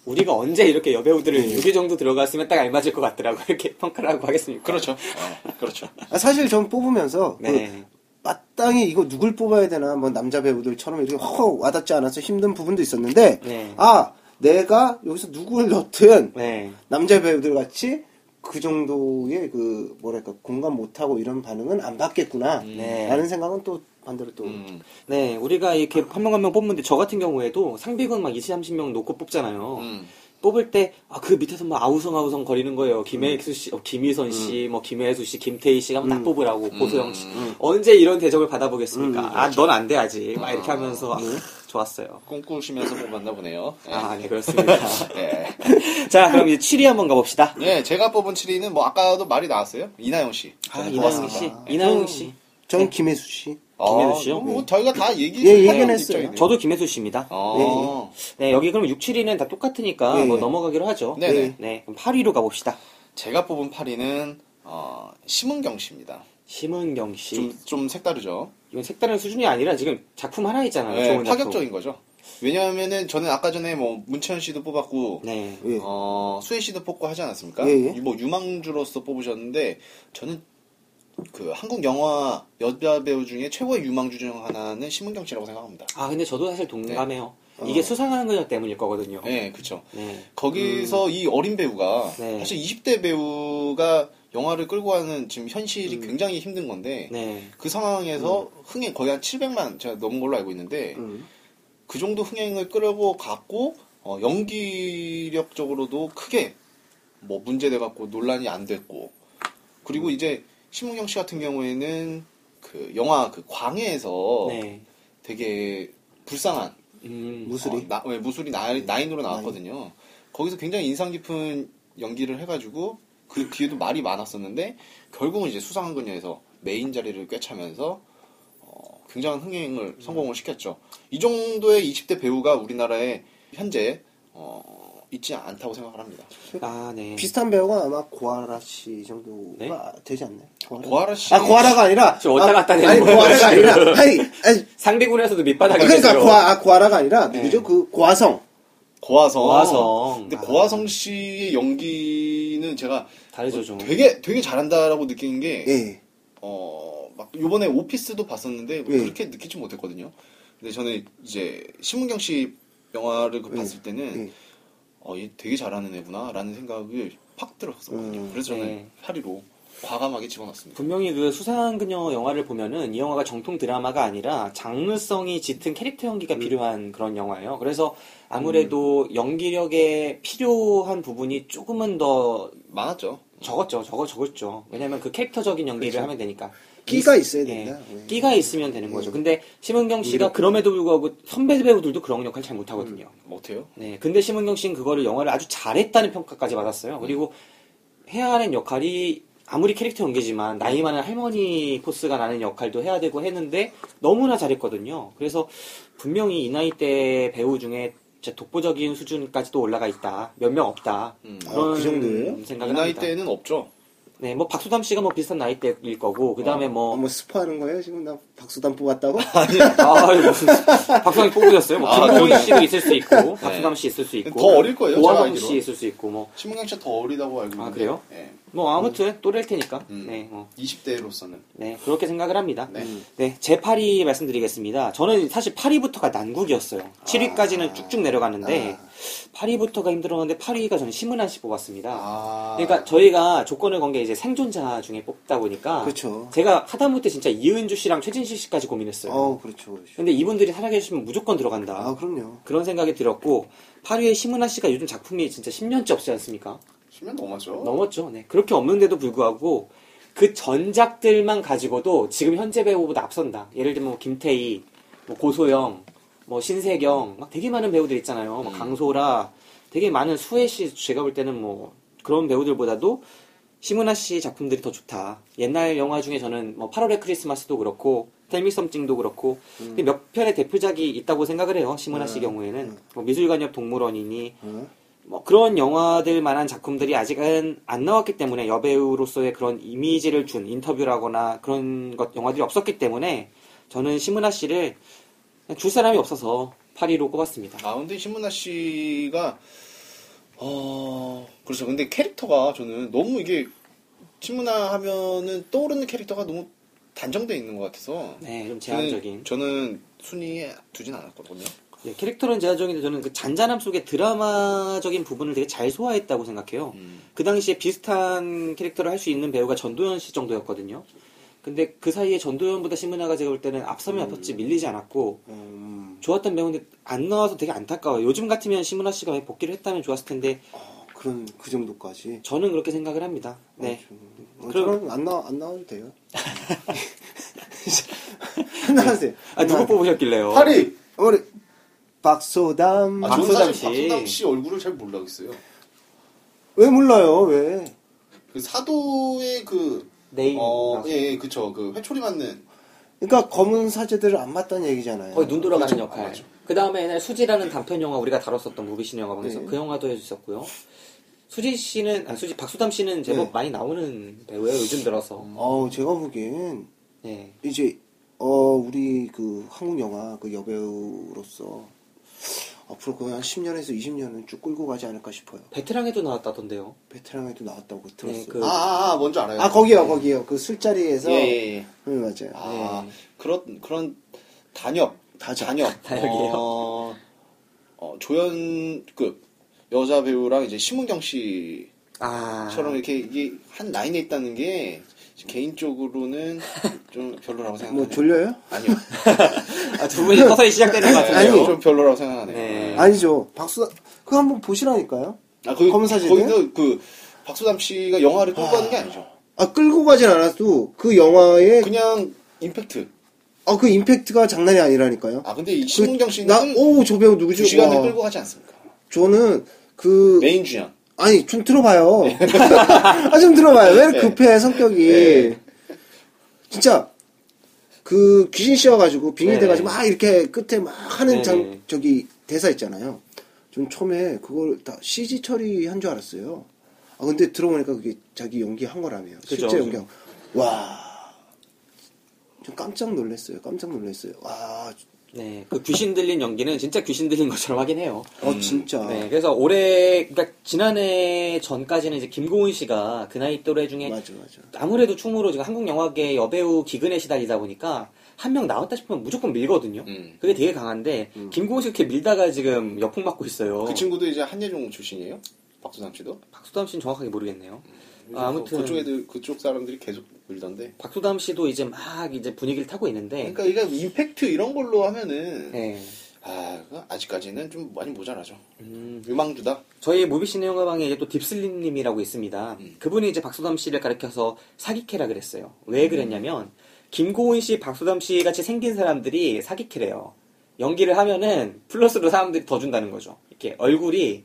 [SPEAKER 1] 우리가 언제 이렇게 여배우들을 6위 정도 들어갔으면 딱 알맞을 것 같더라고 이렇게 평가를 하고 하겠습니까?
[SPEAKER 2] 그렇죠. 예, 그렇죠.
[SPEAKER 3] 아, 사실 전 뽑으면서 그
[SPEAKER 1] 네.
[SPEAKER 3] 마땅히 이거 누굴 뽑아야 되나 뭐 남자 배우들처럼 이렇게 확 와닿지 않아서 힘든 부분도 있었는데
[SPEAKER 1] 네.
[SPEAKER 3] 아 내가 여기서 누구를 넣든
[SPEAKER 1] 네.
[SPEAKER 3] 남자 배우들 같이 그 정도의 그 뭐랄까 공감 못하고 이런 반응은 안 받겠구나
[SPEAKER 1] 네.
[SPEAKER 3] 라는 생각은 또 반대로 또
[SPEAKER 2] 음.
[SPEAKER 1] 네, 우리가 이렇게 한 명 한 명 뽑는데 저 같은 경우에도 상비군 막 20, 30명 놓고 뽑잖아요.
[SPEAKER 2] 음.
[SPEAKER 1] 뽑을 때, 아, 그 밑에서 막 아우성 아우성 거리는 거예요. 김혜수 씨, 어, 김희선 씨, 뭐 김혜수 씨, 김태희 씨가 막 다 뽑으라고, 고소영 씨. 언제 이런 대접을 음. 받아보겠습니까? 아, 넌 안 돼, 아직. 막 이렇게 하면서, 아, 좋았어요.
[SPEAKER 2] 꿈꾸시면서 뽑았나 보네요. 예.
[SPEAKER 1] 아, 네, 그렇습니다.
[SPEAKER 2] 예.
[SPEAKER 1] 자, 그럼 이제 7위 한번 가봅시다.
[SPEAKER 2] 예, 제가 뽑은 7위는 뭐 아까도 말이 나왔어요. 이나영 씨.
[SPEAKER 1] 아, 음. 이나영
[SPEAKER 2] 고맙습니다.
[SPEAKER 1] 씨.
[SPEAKER 2] 예.
[SPEAKER 1] 이나영 씨. 네.
[SPEAKER 3] 저는 김혜수 씨
[SPEAKER 2] 아,
[SPEAKER 1] 김혜수 씨요? 네.
[SPEAKER 2] 뭐 저희가 다 얘기
[SPEAKER 3] 예, 해결했어요.
[SPEAKER 1] 저도 김혜수 씨입니다.
[SPEAKER 2] 어.
[SPEAKER 1] 네, 여기 그럼 6, 7위는 다 똑같으니까
[SPEAKER 3] 네.
[SPEAKER 1] 뭐 넘어가기로 하죠.
[SPEAKER 2] 네네.
[SPEAKER 1] 네, 그럼 8위로 가봅시다.
[SPEAKER 2] 제가 뽑은 8위는 어, 심은경 씨입니다.
[SPEAKER 1] 심은경 씨.
[SPEAKER 2] 좀 좀 색다르죠.
[SPEAKER 1] 이건 색다른 수준이 아니라 지금 작품 하나 있잖아요.
[SPEAKER 2] 예,
[SPEAKER 1] 좋은 작품.
[SPEAKER 2] 파격적인 거죠. 왜냐하면은 저는 아까 전에 뭐 문채연 씨도 뽑았고
[SPEAKER 1] 네.
[SPEAKER 3] 예.
[SPEAKER 2] 어, 수혜 씨도 뽑고 하지 않았습니까?
[SPEAKER 3] 예, 예.
[SPEAKER 2] 뭐 유망주로서 뽑으셨는데 저는 그 한국 영화 여자 배우 중에 최고의 유망주 중 하나는 심은경 씨라고 생각합니다.
[SPEAKER 1] 아, 근데 저도 사실 동감해요.
[SPEAKER 3] 네.
[SPEAKER 1] 이게
[SPEAKER 3] 어.
[SPEAKER 1] 수상하는 것 때문일 거거든요.
[SPEAKER 2] 네, 그렇죠.
[SPEAKER 1] 네.
[SPEAKER 2] 거기서 이 어린 배우가
[SPEAKER 1] 네.
[SPEAKER 2] 사실 20대 배우가 영화를 끌고 가는 지금 현실이 굉장히 힘든 건데
[SPEAKER 1] 음. 네. 음.
[SPEAKER 2] 그 상황에서 흥행 거의 한 700만 제가 넘은 걸로 알고 있는데
[SPEAKER 3] 음.
[SPEAKER 2] 그 정도 흥행을 끌고 갔고 어, 연기력적으로도 크게 뭐 문제돼 갖고 논란이 안 됐고 그리고 이제 심은경 씨 같은 경우에는 그 영화 그
[SPEAKER 3] 어.
[SPEAKER 2] 광해에서
[SPEAKER 1] 네.
[SPEAKER 2] 되게 불쌍한
[SPEAKER 1] 음.
[SPEAKER 3] 무술이?
[SPEAKER 2] 어, 나, 네, 무술이 나, 나인으로 나왔거든요. 거기서 굉장히 인상 깊은 연기를 해가지고 그 뒤에도 말이 많았었는데 결국은 이제 수상한 그녀에서 메인 자리를 꿰차면서 어, 굉장한 흥행을 성공을 시켰죠. 이 정도의 20대 배우가 우리나라에 현재 어, 있지 않다고 생각을 합니다.
[SPEAKER 1] 아, 네.
[SPEAKER 3] 비슷한 배우가 아마 고아라 씨 정도가
[SPEAKER 1] 네?
[SPEAKER 3] 되지 않나요? 고아라?
[SPEAKER 2] 고아라 씨,
[SPEAKER 3] 아 고아라가 아니라
[SPEAKER 1] 저 왔다 갔다
[SPEAKER 3] 아니
[SPEAKER 1] 되는 거예요,
[SPEAKER 3] 고아라가
[SPEAKER 1] 지금.
[SPEAKER 3] 아니라 아니, 아니
[SPEAKER 1] 상비군에서도 밑바닥이
[SPEAKER 3] 그러니까
[SPEAKER 1] 있어요. 예.
[SPEAKER 3] 고아, 아, 고아라가 아니라 누구죠? 그 고아성
[SPEAKER 2] 고아성.
[SPEAKER 1] 고아성.
[SPEAKER 2] 근데
[SPEAKER 1] 아.
[SPEAKER 2] 고아성 씨의 연기는 제가
[SPEAKER 1] 다르죠, 좀.
[SPEAKER 2] 되게 되게 잘한다라고 느끼는 게
[SPEAKER 3] 예.
[SPEAKER 2] 어, 막 요번에 오피스도 봤었는데 뭐
[SPEAKER 3] 예.
[SPEAKER 2] 그렇게 느끼지 못했거든요. 근데 저는 이제 심은경 씨 영화를 그 봤을 때는
[SPEAKER 1] 음.
[SPEAKER 3] 예.
[SPEAKER 2] 어, 얘 되게 잘하는 애구나라는 생각을 팍 들었었거든요.
[SPEAKER 3] 음,
[SPEAKER 2] 그래서
[SPEAKER 1] 네.
[SPEAKER 2] 저는 8위로 과감하게 집어넣습니다.
[SPEAKER 1] 분명히 그 수상한 그녀 영화를 보면은 이 영화가 정통 드라마가 아니라 장르성이 짙은 캐릭터
[SPEAKER 3] 음.
[SPEAKER 1] 연기가 필요한 그런 영화예요. 그래서 아무래도 연기력에 필요한 부분이 조금은 더
[SPEAKER 2] 많았죠.
[SPEAKER 1] 적었죠. 적어 적었죠. 왜냐면 그 캐릭터적인 연기를
[SPEAKER 3] 그렇죠.
[SPEAKER 1] 하면 되니까.
[SPEAKER 3] 끼가
[SPEAKER 1] 이-
[SPEAKER 3] 있어야
[SPEAKER 1] 예,
[SPEAKER 3] 된다. 예.
[SPEAKER 1] 끼가 있으면 되는 거죠. 근데 심은경 씨가 그럼에도 불구하고 선배 배우들도 그런 역할 잘 못하거든요.
[SPEAKER 3] 음.
[SPEAKER 2] 못해요?
[SPEAKER 1] 네. 근데 심은경 씨는 그거를 영화를 아주 잘했다는 평가까지 받았어요. 그리고 해야 하는 역할이 아무리 캐릭터 연기지만 나이 많은 할머니 포스가 나는 역할도 해야 되고 했는데 너무나 잘했거든요. 그래서 분명히 이 나이 대 배우 중에 진짜 독보적인 수준까지도 올라가 있다. 몇 명 없다.
[SPEAKER 2] 음.
[SPEAKER 3] 아, 그 정도예요?
[SPEAKER 1] 생각을
[SPEAKER 2] 이 나이
[SPEAKER 1] 합니다.
[SPEAKER 2] 때는 없죠.
[SPEAKER 1] 네, 뭐 박수담 씨가 뭐 비슷한 나이대일 거고 그다음에
[SPEAKER 3] 어,
[SPEAKER 1] 뭐
[SPEAKER 3] 뭐 스포하는 거예요? 지금 나 박수단 뽑았다고?
[SPEAKER 1] 아니, 아이, 무슨 박수담이 뽑으셨어요? 뭐
[SPEAKER 2] 아,
[SPEAKER 1] 김동희
[SPEAKER 2] 그러네.
[SPEAKER 1] 씨도 있을 수 있고 박수담 씨 있을 수 있고
[SPEAKER 2] 더 어릴 거예요, 제가
[SPEAKER 1] 오하범
[SPEAKER 2] 알기로.
[SPEAKER 1] 씨 있을 수 있고 뭐,
[SPEAKER 2] 신문경 씨가 더 어리다고 알고 있는데
[SPEAKER 1] 아, 그래요?
[SPEAKER 2] 예.
[SPEAKER 1] 뭐 아무튼 또래일 테니까
[SPEAKER 2] 음.
[SPEAKER 1] 네, 어.
[SPEAKER 2] 20대로서는
[SPEAKER 1] 네 그렇게 생각을 합니다.
[SPEAKER 2] 네.
[SPEAKER 1] 네, 제 8위 말씀드리겠습니다. 저는 사실 8위부터가 난국이었어요. 7위까지는
[SPEAKER 2] 아.
[SPEAKER 1] 쭉쭉 내려갔는데 8위부터가 힘들었는데 8위가 저는 심은한 씨 뽑았습니다.
[SPEAKER 2] 아.
[SPEAKER 1] 그러니까 저희가 조건을 건 게 이제 생존자 중에 뽑다 보니까
[SPEAKER 3] 그렇죠.
[SPEAKER 1] 제가 하다못해 진짜 이은주 씨랑 최진실 씨까지 고민했어요.
[SPEAKER 3] 어, 그렇죠. 그렇죠.
[SPEAKER 1] 근데 이분들이 살아계시면 무조건 들어간다.
[SPEAKER 3] 아, 그럼요.
[SPEAKER 1] 그런 생각이 들었고 8위에 심은하 씨가 요즘 작품이 진짜 10년째 없지 않습니까?
[SPEAKER 2] 10년 넘었죠.
[SPEAKER 1] 넘었죠. 네. 그렇게 없는데도 불구하고 그 전작들만 가지고도 지금 현재 배우보다 앞선다. 예를 들면 뭐 김태희, 뭐 고소영, 뭐 신세경 막 되게 많은 배우들 있잖아요. 막
[SPEAKER 2] 음.
[SPEAKER 1] 강소라 되게 많은 수혜 씨 제가 볼 때는 뭐 그런 배우들보다도 심은하 씨 작품들이 더 좋다. 옛날 영화 중에 저는 뭐 8월의 크리스마스도 그렇고 텔미 썸띵도 그렇고 근데 몇 편의 대표작이 있다고 생각을 해요. 심은하 씨
[SPEAKER 3] 음.
[SPEAKER 1] 경우에는
[SPEAKER 3] 음.
[SPEAKER 1] 뭐 미술관 옆 동물원이니
[SPEAKER 3] 어?
[SPEAKER 1] 뭐 그런 영화들만한 작품들이 아직은 안 나왔기 때문에 여배우로서의 그런 이미지를 준 인터뷰라거나 그런 것 영화들이 없었기 때문에 저는 심은하 씨를 그냥 줄 사람이 없어서 8위로 꼽았습니다.
[SPEAKER 2] 아, 근데 신문아 씨가, 어, 그렇죠. 근데 캐릭터가 저는 너무 이게, 신문아 하면은 떠오르는 캐릭터가 너무 단정돼 있는 것 같아서.
[SPEAKER 1] 네, 좀
[SPEAKER 2] 저는-
[SPEAKER 1] 제한적인
[SPEAKER 2] 저는 순위에 두진 않았거든요.
[SPEAKER 1] 네, 캐릭터는 제한적인데 저는 그 잔잔함 속에 드라마적인 부분을 되게 잘 소화했다고 생각해요.
[SPEAKER 2] 음.
[SPEAKER 1] 그 당시에 비슷한 캐릭터를 할 수 있는 배우가 전도연 씨 정도였거든요. 근데 그 사이에 전도연보다 심은하가 제가 볼 때는 앞서면 앞섰지 밀리지 않았고
[SPEAKER 3] 음,
[SPEAKER 1] 좋았던 배우인데 안 나와서 되게 안타까워요. 요즘 같으면 심은하 씨가 왜 복귀를 했다면 좋았을 텐데
[SPEAKER 3] 어, 그런 그 정도까지.
[SPEAKER 1] 저는 그렇게 생각을 합니다. 네.
[SPEAKER 3] 어,
[SPEAKER 1] 그럼-
[SPEAKER 3] 저는 안 나와 안 나와도 돼요. 안 나와도 돼요.
[SPEAKER 1] 아 누구 뽑으셨길래요?
[SPEAKER 2] 8위!
[SPEAKER 3] 우리 박소담
[SPEAKER 2] 아, 저는
[SPEAKER 1] 박소담
[SPEAKER 2] 사실
[SPEAKER 1] 씨.
[SPEAKER 2] 박소담 씨 얼굴을 잘 몰라겠어요.
[SPEAKER 3] 왜 몰라요? 왜?
[SPEAKER 2] 그 사도의 그,
[SPEAKER 1] 네임. 아,
[SPEAKER 2] 어, 예, 예, 그쵸. 그 회초리 맞는.
[SPEAKER 3] 그러니까 검은 사제들을 안 맞다는 얘기잖아요.
[SPEAKER 1] 거의 눈 돌아가는
[SPEAKER 2] 맞죠,
[SPEAKER 1] 역할.
[SPEAKER 2] 맞죠.
[SPEAKER 1] 그 다음에 옛날 수지라는 단편 영화 우리가 다뤘었던 무비신 영화관에서
[SPEAKER 3] 네.
[SPEAKER 1] 그 영화도 해주셨고요. 수지 씨는 아 수지 박수담 씨는 제법
[SPEAKER 3] 네.
[SPEAKER 1] 많이 나오는 배우예요 요즘 들어서.
[SPEAKER 2] 음.
[SPEAKER 3] 어, 제가 보기엔
[SPEAKER 1] 네.
[SPEAKER 3] 이제 어 우리 그 한국 영화 그 여배우로서 앞으로 거의 한 10년에서 20년은 쭉 끌고 가지 않을까 싶어요.
[SPEAKER 1] 베테랑에도 나왔다던데요.
[SPEAKER 3] 베테랑에도 나왔다고 들었어요.
[SPEAKER 1] 네, 그-
[SPEAKER 2] 아, 아, 아, 뭔지 알아요.
[SPEAKER 3] 아 거기요 거기요 그 술자리에서
[SPEAKER 2] 예, 예, 예.
[SPEAKER 3] 네, 맞아요.
[SPEAKER 2] 아,
[SPEAKER 1] 네.
[SPEAKER 2] 그런, 그런, 단역. 다 잔역.
[SPEAKER 1] 단역이에요?
[SPEAKER 2] 어, 어, 조연급 그 여자 배우랑 이제 심은경 씨처럼
[SPEAKER 1] 아.
[SPEAKER 2] 이렇게 이게 한 라인에 있다는 게 개인적으로는 좀 별로라고
[SPEAKER 3] 뭐
[SPEAKER 2] 생각해요.
[SPEAKER 3] 졸려요?
[SPEAKER 2] 아니요.
[SPEAKER 1] 아, 두 분이 서서히 시작되는 것
[SPEAKER 2] 아니,
[SPEAKER 1] 같은데요.
[SPEAKER 2] 네, 좀 별로라고 생각하네요.
[SPEAKER 1] 네.
[SPEAKER 3] 아니죠. 박수 그거 한번 보시라니까요.
[SPEAKER 2] 아, 거기,
[SPEAKER 3] 검사진은?
[SPEAKER 2] 거기서 그 박수담 씨가 영화를 끌고 가는 게 아니죠.
[SPEAKER 3] 아 끌고 가진 않아도 그 영화의
[SPEAKER 2] 그냥 임팩트.
[SPEAKER 3] 아 그 임팩트가 장난이 아니라니까요.
[SPEAKER 2] 아, 근데 이 심은경 씨는
[SPEAKER 3] 그
[SPEAKER 2] 그
[SPEAKER 3] 나오저 배우 누구지?
[SPEAKER 2] 두 시간을
[SPEAKER 3] 와.
[SPEAKER 2] 끌고 가지 않습니까?
[SPEAKER 3] 저는 그
[SPEAKER 2] 메인 주연.
[SPEAKER 3] 아니 좀 들어봐요. 아 좀 들어봐요. 왜 이렇게
[SPEAKER 2] 네.
[SPEAKER 3] 급해 성격이?
[SPEAKER 2] 네.
[SPEAKER 3] 진짜 그 귀신 씌워가지고 빙의
[SPEAKER 1] 네.
[SPEAKER 3] 돼가지고 막 이렇게 끝에 막 하는
[SPEAKER 1] 네.
[SPEAKER 3] 장 저기 대사 있잖아요. 전 처음에 그걸 다 CG 처리한 줄 알았어요. 아 근데 들어보니까 그게 자기 연기한 거라며요.
[SPEAKER 1] 그죠.
[SPEAKER 3] 실제 연기한 거. 와. 좀 깜짝 놀랐어요. 깜짝 놀랐어요. 와.
[SPEAKER 1] 네, 그 귀신 들린 연기는 진짜 귀신 들린 것처럼 하긴 해요.
[SPEAKER 3] 어 진짜.
[SPEAKER 1] 네, 그래서 올해, 그러니까 지난해 전까지는 이제 김고은 씨가 그 나이 또래 중에
[SPEAKER 3] 맞아 맞아.
[SPEAKER 1] 어, 아무래도 충무로 지금 한국 영화계 여배우 기근에 시달리다 보니까 한 명 나왔다 싶으면 무조건 밀거든요.
[SPEAKER 2] 음.
[SPEAKER 1] 그게 되게 강한데 김고은 씨 그렇게 밀다가 지금 역풍 맞고 있어요.
[SPEAKER 2] 그 친구도 이제 한예종 출신이에요? 박수담 씨도?
[SPEAKER 1] 박수담 씨는 정확하게 모르겠네요.
[SPEAKER 2] 요즘
[SPEAKER 1] 아, 아무튼.
[SPEAKER 2] 그- 그쪽 애들 그쪽 사람들이 계속 밀던데.
[SPEAKER 1] 박수담 씨도 이제 막 이제 분위기를 타고 있는데
[SPEAKER 2] 그러니까 이게 임팩트 이런 걸로 하면은
[SPEAKER 1] 네.
[SPEAKER 2] 아 그거 아직까지는 좀 많이 모자라죠.
[SPEAKER 1] 음,
[SPEAKER 2] 유망주다.
[SPEAKER 1] 저희 무비시네 영화방에 이제 또 딥슬림님이라고 있습니다. 그분이 이제 박수담 씨를 가리켜서 사기캐라 그랬어요. 왜 그랬냐면 김고은 씨, 박수담 씨 같이 생긴 사람들이 사기캐래요. 연기를 하면은 플러스로 사람들이 더 준다는 거죠. 이렇게 얼굴이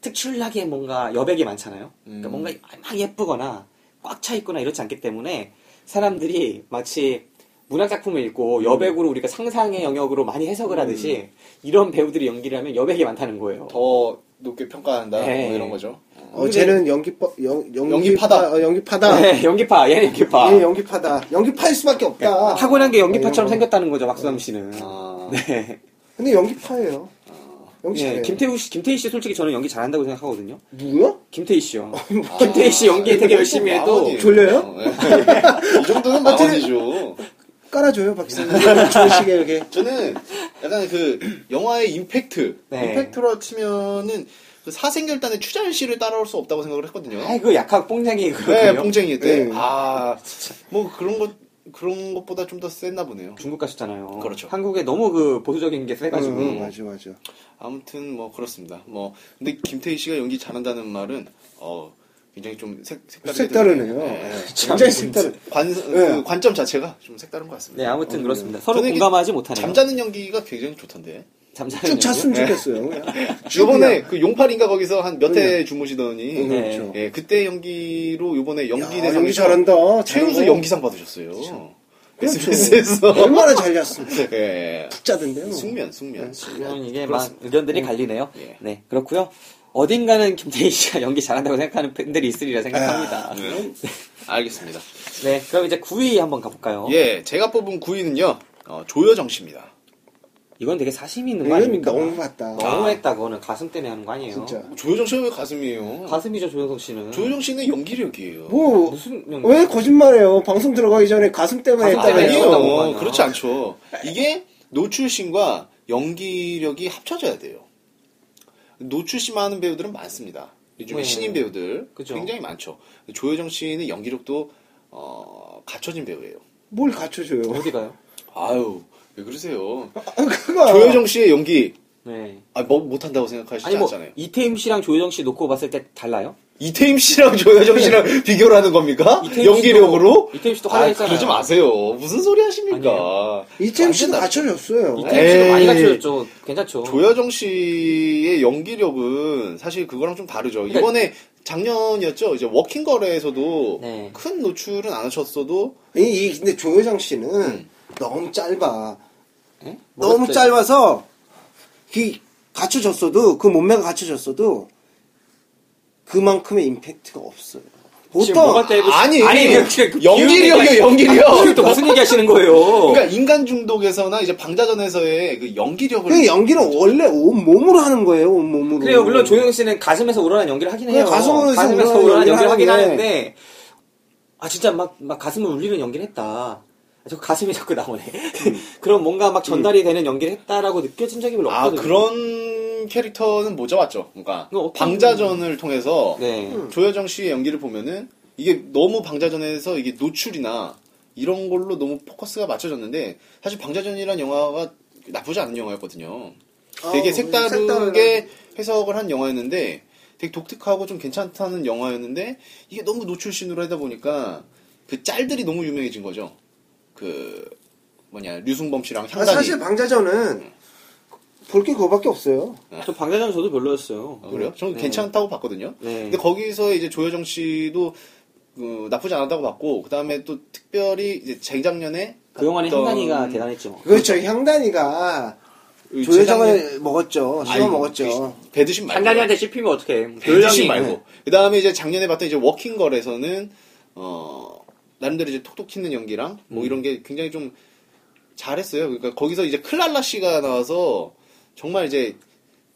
[SPEAKER 1] 특출나게 뭔가 여백이 많잖아요. 그러니까
[SPEAKER 2] 음.
[SPEAKER 1] 뭔가 막 예쁘거나 꽉 차 있거나 이렇지 않기 때문에 사람들이 마치 문학 작품을 읽고 여백으로 우리가 상상의 영역으로 많이 해석을 하듯이 이런 배우들이 연기를 하면 여백이 많다는 거예요.
[SPEAKER 2] 더 높게 평가한다.
[SPEAKER 1] 네.
[SPEAKER 2] 뭐 이런 거죠.
[SPEAKER 3] 어, 쟤는 연기법 연, 연기,
[SPEAKER 2] 연기파다.
[SPEAKER 3] 어,
[SPEAKER 2] 아,
[SPEAKER 3] 연기파다.
[SPEAKER 1] 네, 연기파, 얘는 연기파.
[SPEAKER 2] 예,
[SPEAKER 1] 예,
[SPEAKER 3] 얘 예, 연기파다. 연기파일 수밖에 없다.
[SPEAKER 1] 타고난 게 연기파처럼
[SPEAKER 3] 어, 이런 거.
[SPEAKER 1] 생겼다는 거죠, 박수남 씨는.
[SPEAKER 2] 아,
[SPEAKER 1] 네.
[SPEAKER 3] 근데 연기파예요. 연기
[SPEAKER 1] 예,
[SPEAKER 3] 잘해요.
[SPEAKER 1] 김태우 씨, 김태희 씨 솔직히 저는 연기 잘한다고 생각하거든요.
[SPEAKER 3] 누구야?
[SPEAKER 1] 김태희 씨요. 김태희 씨 연기 되게 열심히 해도
[SPEAKER 2] 아, 뭐 아버지.
[SPEAKER 3] 졸려요?
[SPEAKER 2] 어, 예. 이 정도는
[SPEAKER 3] 아, 쟤는-
[SPEAKER 2] 마원이죠.
[SPEAKER 3] 깔아줘요,
[SPEAKER 2] 음.
[SPEAKER 3] 박사님. 조식에 이렇게.
[SPEAKER 2] 저는 약간 그 영화의 임팩트,
[SPEAKER 1] 네.
[SPEAKER 2] 임팩트로 치면은 그 사생결단의 추자연 씨를 따라올 수 없다고 생각을 했거든요.
[SPEAKER 1] 아이, 그 약학 뽕장이
[SPEAKER 2] 네,
[SPEAKER 1] 그거예요.
[SPEAKER 2] 봉쟁이 때.
[SPEAKER 3] 네.
[SPEAKER 2] 아, 뭐 그런 것 그런 것보다 좀 더 셌나 보네요.
[SPEAKER 1] 중국 가셨잖아요.
[SPEAKER 2] 그렇죠. 음,
[SPEAKER 1] 한국에 너무 그 보수적인 게 세가지고.
[SPEAKER 3] 응, 맞아, 맞아.
[SPEAKER 2] 아무튼 뭐 그렇습니다. 뭐 근데 김태희 씨가 연기 잘한다는 말은 어 굉장히 좀 색, 색다르게
[SPEAKER 3] 색다르네요. 네.
[SPEAKER 2] 네.
[SPEAKER 3] 예. 굉장히 색다르.
[SPEAKER 2] 관, 그 관점 자체가 좀 색다른 것 같습니다.
[SPEAKER 1] 네, 아무튼 그렇습니다. 서로
[SPEAKER 2] 음, 저는 이게
[SPEAKER 1] 공감하지 못하네요.
[SPEAKER 2] 잠자는 연기가 굉장히 좋던데.
[SPEAKER 1] 잠자는
[SPEAKER 3] 쭉
[SPEAKER 1] 연기요?
[SPEAKER 3] 잤으면 좋겠어요. 예. 그냥. 쭉
[SPEAKER 2] 요번에
[SPEAKER 3] 그냥.
[SPEAKER 2] 그 용팔인가 거기서 한 몇
[SPEAKER 3] 네.
[SPEAKER 2] 회 주무시더니
[SPEAKER 3] 응, 그렇죠.
[SPEAKER 2] 예, 그때 연기로 요번에 연기
[SPEAKER 3] 야,
[SPEAKER 2] 대상
[SPEAKER 3] 연기 잘한다.
[SPEAKER 2] 최우수
[SPEAKER 3] 잘하고.
[SPEAKER 2] 연기상 받으셨어요.
[SPEAKER 3] 그렇죠.
[SPEAKER 2] SBS에서
[SPEAKER 3] 얼마나 잘 잤어.
[SPEAKER 2] 예.
[SPEAKER 3] 짜던데요.
[SPEAKER 2] 숙면, 숙면.
[SPEAKER 3] 네.
[SPEAKER 2] 숙면.
[SPEAKER 1] 그러면 이게 막 의견들이 갈리네요.
[SPEAKER 2] 예.
[SPEAKER 1] 네, 그렇고요. 어딘가는 김태희 씨가 연기 잘한다고 생각하는 팬들이 있으리라 생각합니다.
[SPEAKER 3] 예.
[SPEAKER 2] 네. 알겠습니다.
[SPEAKER 1] 네, 그럼 이제 9위 한번 가볼까요?
[SPEAKER 2] 예, 제가 뽑은 9위는요, 어, 조여정 씨입니다.
[SPEAKER 1] 이건 되게 사심 있는 거
[SPEAKER 3] 이건
[SPEAKER 1] 아닙니까?
[SPEAKER 3] 네, 너무 봤다.
[SPEAKER 1] 너무했다, 그거는 가슴 때문에 하는 거 아니에요?
[SPEAKER 3] 진짜.
[SPEAKER 2] 조여정 씨는 왜 가슴이에요?
[SPEAKER 1] 가슴이죠, 조영석 씨는.
[SPEAKER 2] 조여정 씨는 연기력이에요.
[SPEAKER 3] 뭐,
[SPEAKER 1] 무슨 연기?
[SPEAKER 3] 왜 거짓말해요? 방송 들어가기 전에 가슴 때문에
[SPEAKER 1] 가슴 때문에
[SPEAKER 3] 했다면서.
[SPEAKER 1] 했다고 그러고
[SPEAKER 2] 아니에요.
[SPEAKER 1] 하나.
[SPEAKER 2] 그렇지 않죠. 이게 노출심과 연기력이 합쳐져야 돼요. 노출심 하는 배우들은 많습니다. 요즘에
[SPEAKER 1] 네.
[SPEAKER 2] 신인 배우들
[SPEAKER 1] 그죠.
[SPEAKER 2] 굉장히 많죠. 조여정 씨는 연기력도 어, 갖춰진 배우예요.
[SPEAKER 3] 뭘 갖춰줘요?
[SPEAKER 1] 어디 가요?
[SPEAKER 2] 아유, 왜 그러세요?
[SPEAKER 3] 아, 그거야.
[SPEAKER 2] 조여정 씨의 연기
[SPEAKER 1] 네.
[SPEAKER 2] 아, 뭐 못한다고 생각하시지
[SPEAKER 1] 아니 뭐
[SPEAKER 2] 않잖아요.
[SPEAKER 1] 이태임 씨랑 조여정 씨 놓고 봤을 때 달라요?
[SPEAKER 2] 이태임 씨랑 조여정 씨랑 비교를 하는 겁니까?
[SPEAKER 1] 네. 이태임 씨도-
[SPEAKER 2] 연기력으로?
[SPEAKER 1] 이태임 씨도
[SPEAKER 2] 아,
[SPEAKER 1] 화려했잖아요.
[SPEAKER 2] 그러지 마세요. 무슨 소리 하십니까?
[SPEAKER 3] 이태임 씨도
[SPEAKER 2] 완전
[SPEAKER 3] 갖춰줬어요.
[SPEAKER 1] 이태임 씨도 많이
[SPEAKER 2] 에이.
[SPEAKER 1] 갖춰줬죠. 괜찮죠.
[SPEAKER 2] 조여정 씨의 연기력은 사실 그거랑 좀 다르죠.
[SPEAKER 1] 그러니까-
[SPEAKER 2] 이번에 작년이었죠. 이제 워킹 거래에서도
[SPEAKER 1] 네.
[SPEAKER 2] 큰 노출은 안 하셨어도
[SPEAKER 3] 이, 이- 근데 조여정 씨는 너무 짧아.
[SPEAKER 1] 예?
[SPEAKER 3] 너무
[SPEAKER 1] 뭐였어요?
[SPEAKER 3] 짧아서 그 갖춰졌어도 그 몸매가 갖춰졌어도 그만큼의 임팩트가 없어요.
[SPEAKER 1] 지금
[SPEAKER 3] 보통
[SPEAKER 1] 뭐가 짧으시-
[SPEAKER 2] 아니,
[SPEAKER 1] 그냥- 그냥
[SPEAKER 2] 연기력이요, 연기력.
[SPEAKER 1] 지금 또 무슨 그 얘기 하시는 거예요?
[SPEAKER 2] 그러니까 인간 중독에서나 이제 방자전에서의 그 연기력을
[SPEAKER 3] 그 연기는 원래 온 몸으로 하는 거예요. 온 몸으로.
[SPEAKER 1] 그래요. 물론 조영 씨는 가슴에서 우러난 연기를 하긴
[SPEAKER 3] 뭐. 그래,
[SPEAKER 1] 해요.
[SPEAKER 3] 가슴에서 우러난
[SPEAKER 1] 우러난 연기를 하긴
[SPEAKER 3] 연기를 하는데.
[SPEAKER 1] 하는데 아 진짜 막 막 가슴을 울리는 연기를 했다. 저 가슴이 자꾸 나오네. 그런 뭔가 막 전달이 되는 연기를 했다라고 느껴진 적이 별로
[SPEAKER 2] 아
[SPEAKER 1] 없거든요.
[SPEAKER 2] 그런 캐릭터는 못 잡았죠. 그러니까
[SPEAKER 1] 그거 어떤-
[SPEAKER 2] 방자전을 통해서
[SPEAKER 1] 네.
[SPEAKER 2] 조여정 씨의 연기를 보면은 이게 너무 방자전에서 이게 노출이나 이런 걸로 너무 포커스가 맞춰졌는데 사실 방자전이란 영화가 나쁘지 않은 영화였거든요. 되게
[SPEAKER 3] 어,
[SPEAKER 2] 아, 음, 색다르게
[SPEAKER 3] 색다르네.
[SPEAKER 2] 해석을 한 영화였는데 되게 독특하고 좀 괜찮다는 영화였는데 이게 너무 노출신으로 하다 보니까 그 짤들이 너무 유명해진 거죠. 그 뭐냐 류승범 씨랑
[SPEAKER 3] 아,
[SPEAKER 2] 향단이
[SPEAKER 3] 사실 방자전은 볼 게 그거밖에 없어요.
[SPEAKER 1] 저 방대장 저도 별로였어요.
[SPEAKER 2] 아, 그래요? 저는
[SPEAKER 1] 네.
[SPEAKER 2] 괜찮다고 봤거든요.
[SPEAKER 1] 네.
[SPEAKER 2] 근데 거기서 이제 조여정 씨도 어, 나쁘지 않았다고 봤고 그 다음에 또 특별히 이제 재작년에
[SPEAKER 1] 그 영화는
[SPEAKER 2] 갔던
[SPEAKER 1] 향단이가 대단했죠.
[SPEAKER 3] 그렇죠. 향단이가
[SPEAKER 2] 이
[SPEAKER 3] 조여정을
[SPEAKER 2] 재작년-
[SPEAKER 3] 먹었죠. 씹어
[SPEAKER 2] 그 아이고,
[SPEAKER 3] 먹었죠.
[SPEAKER 2] 그 배드신 말고
[SPEAKER 1] 향단이한테 씹히면 어떡해.
[SPEAKER 2] 배드신 말고 그 다음에 이제 작년에 봤던 이제 워킹 걸에서는 어 나름대로 이제 톡톡 튀는 연기랑 뭐 이런 게 굉장히 좀 잘했어요. 그러니까 거기서 이제 클랄라 씨가 나와서 정말 이제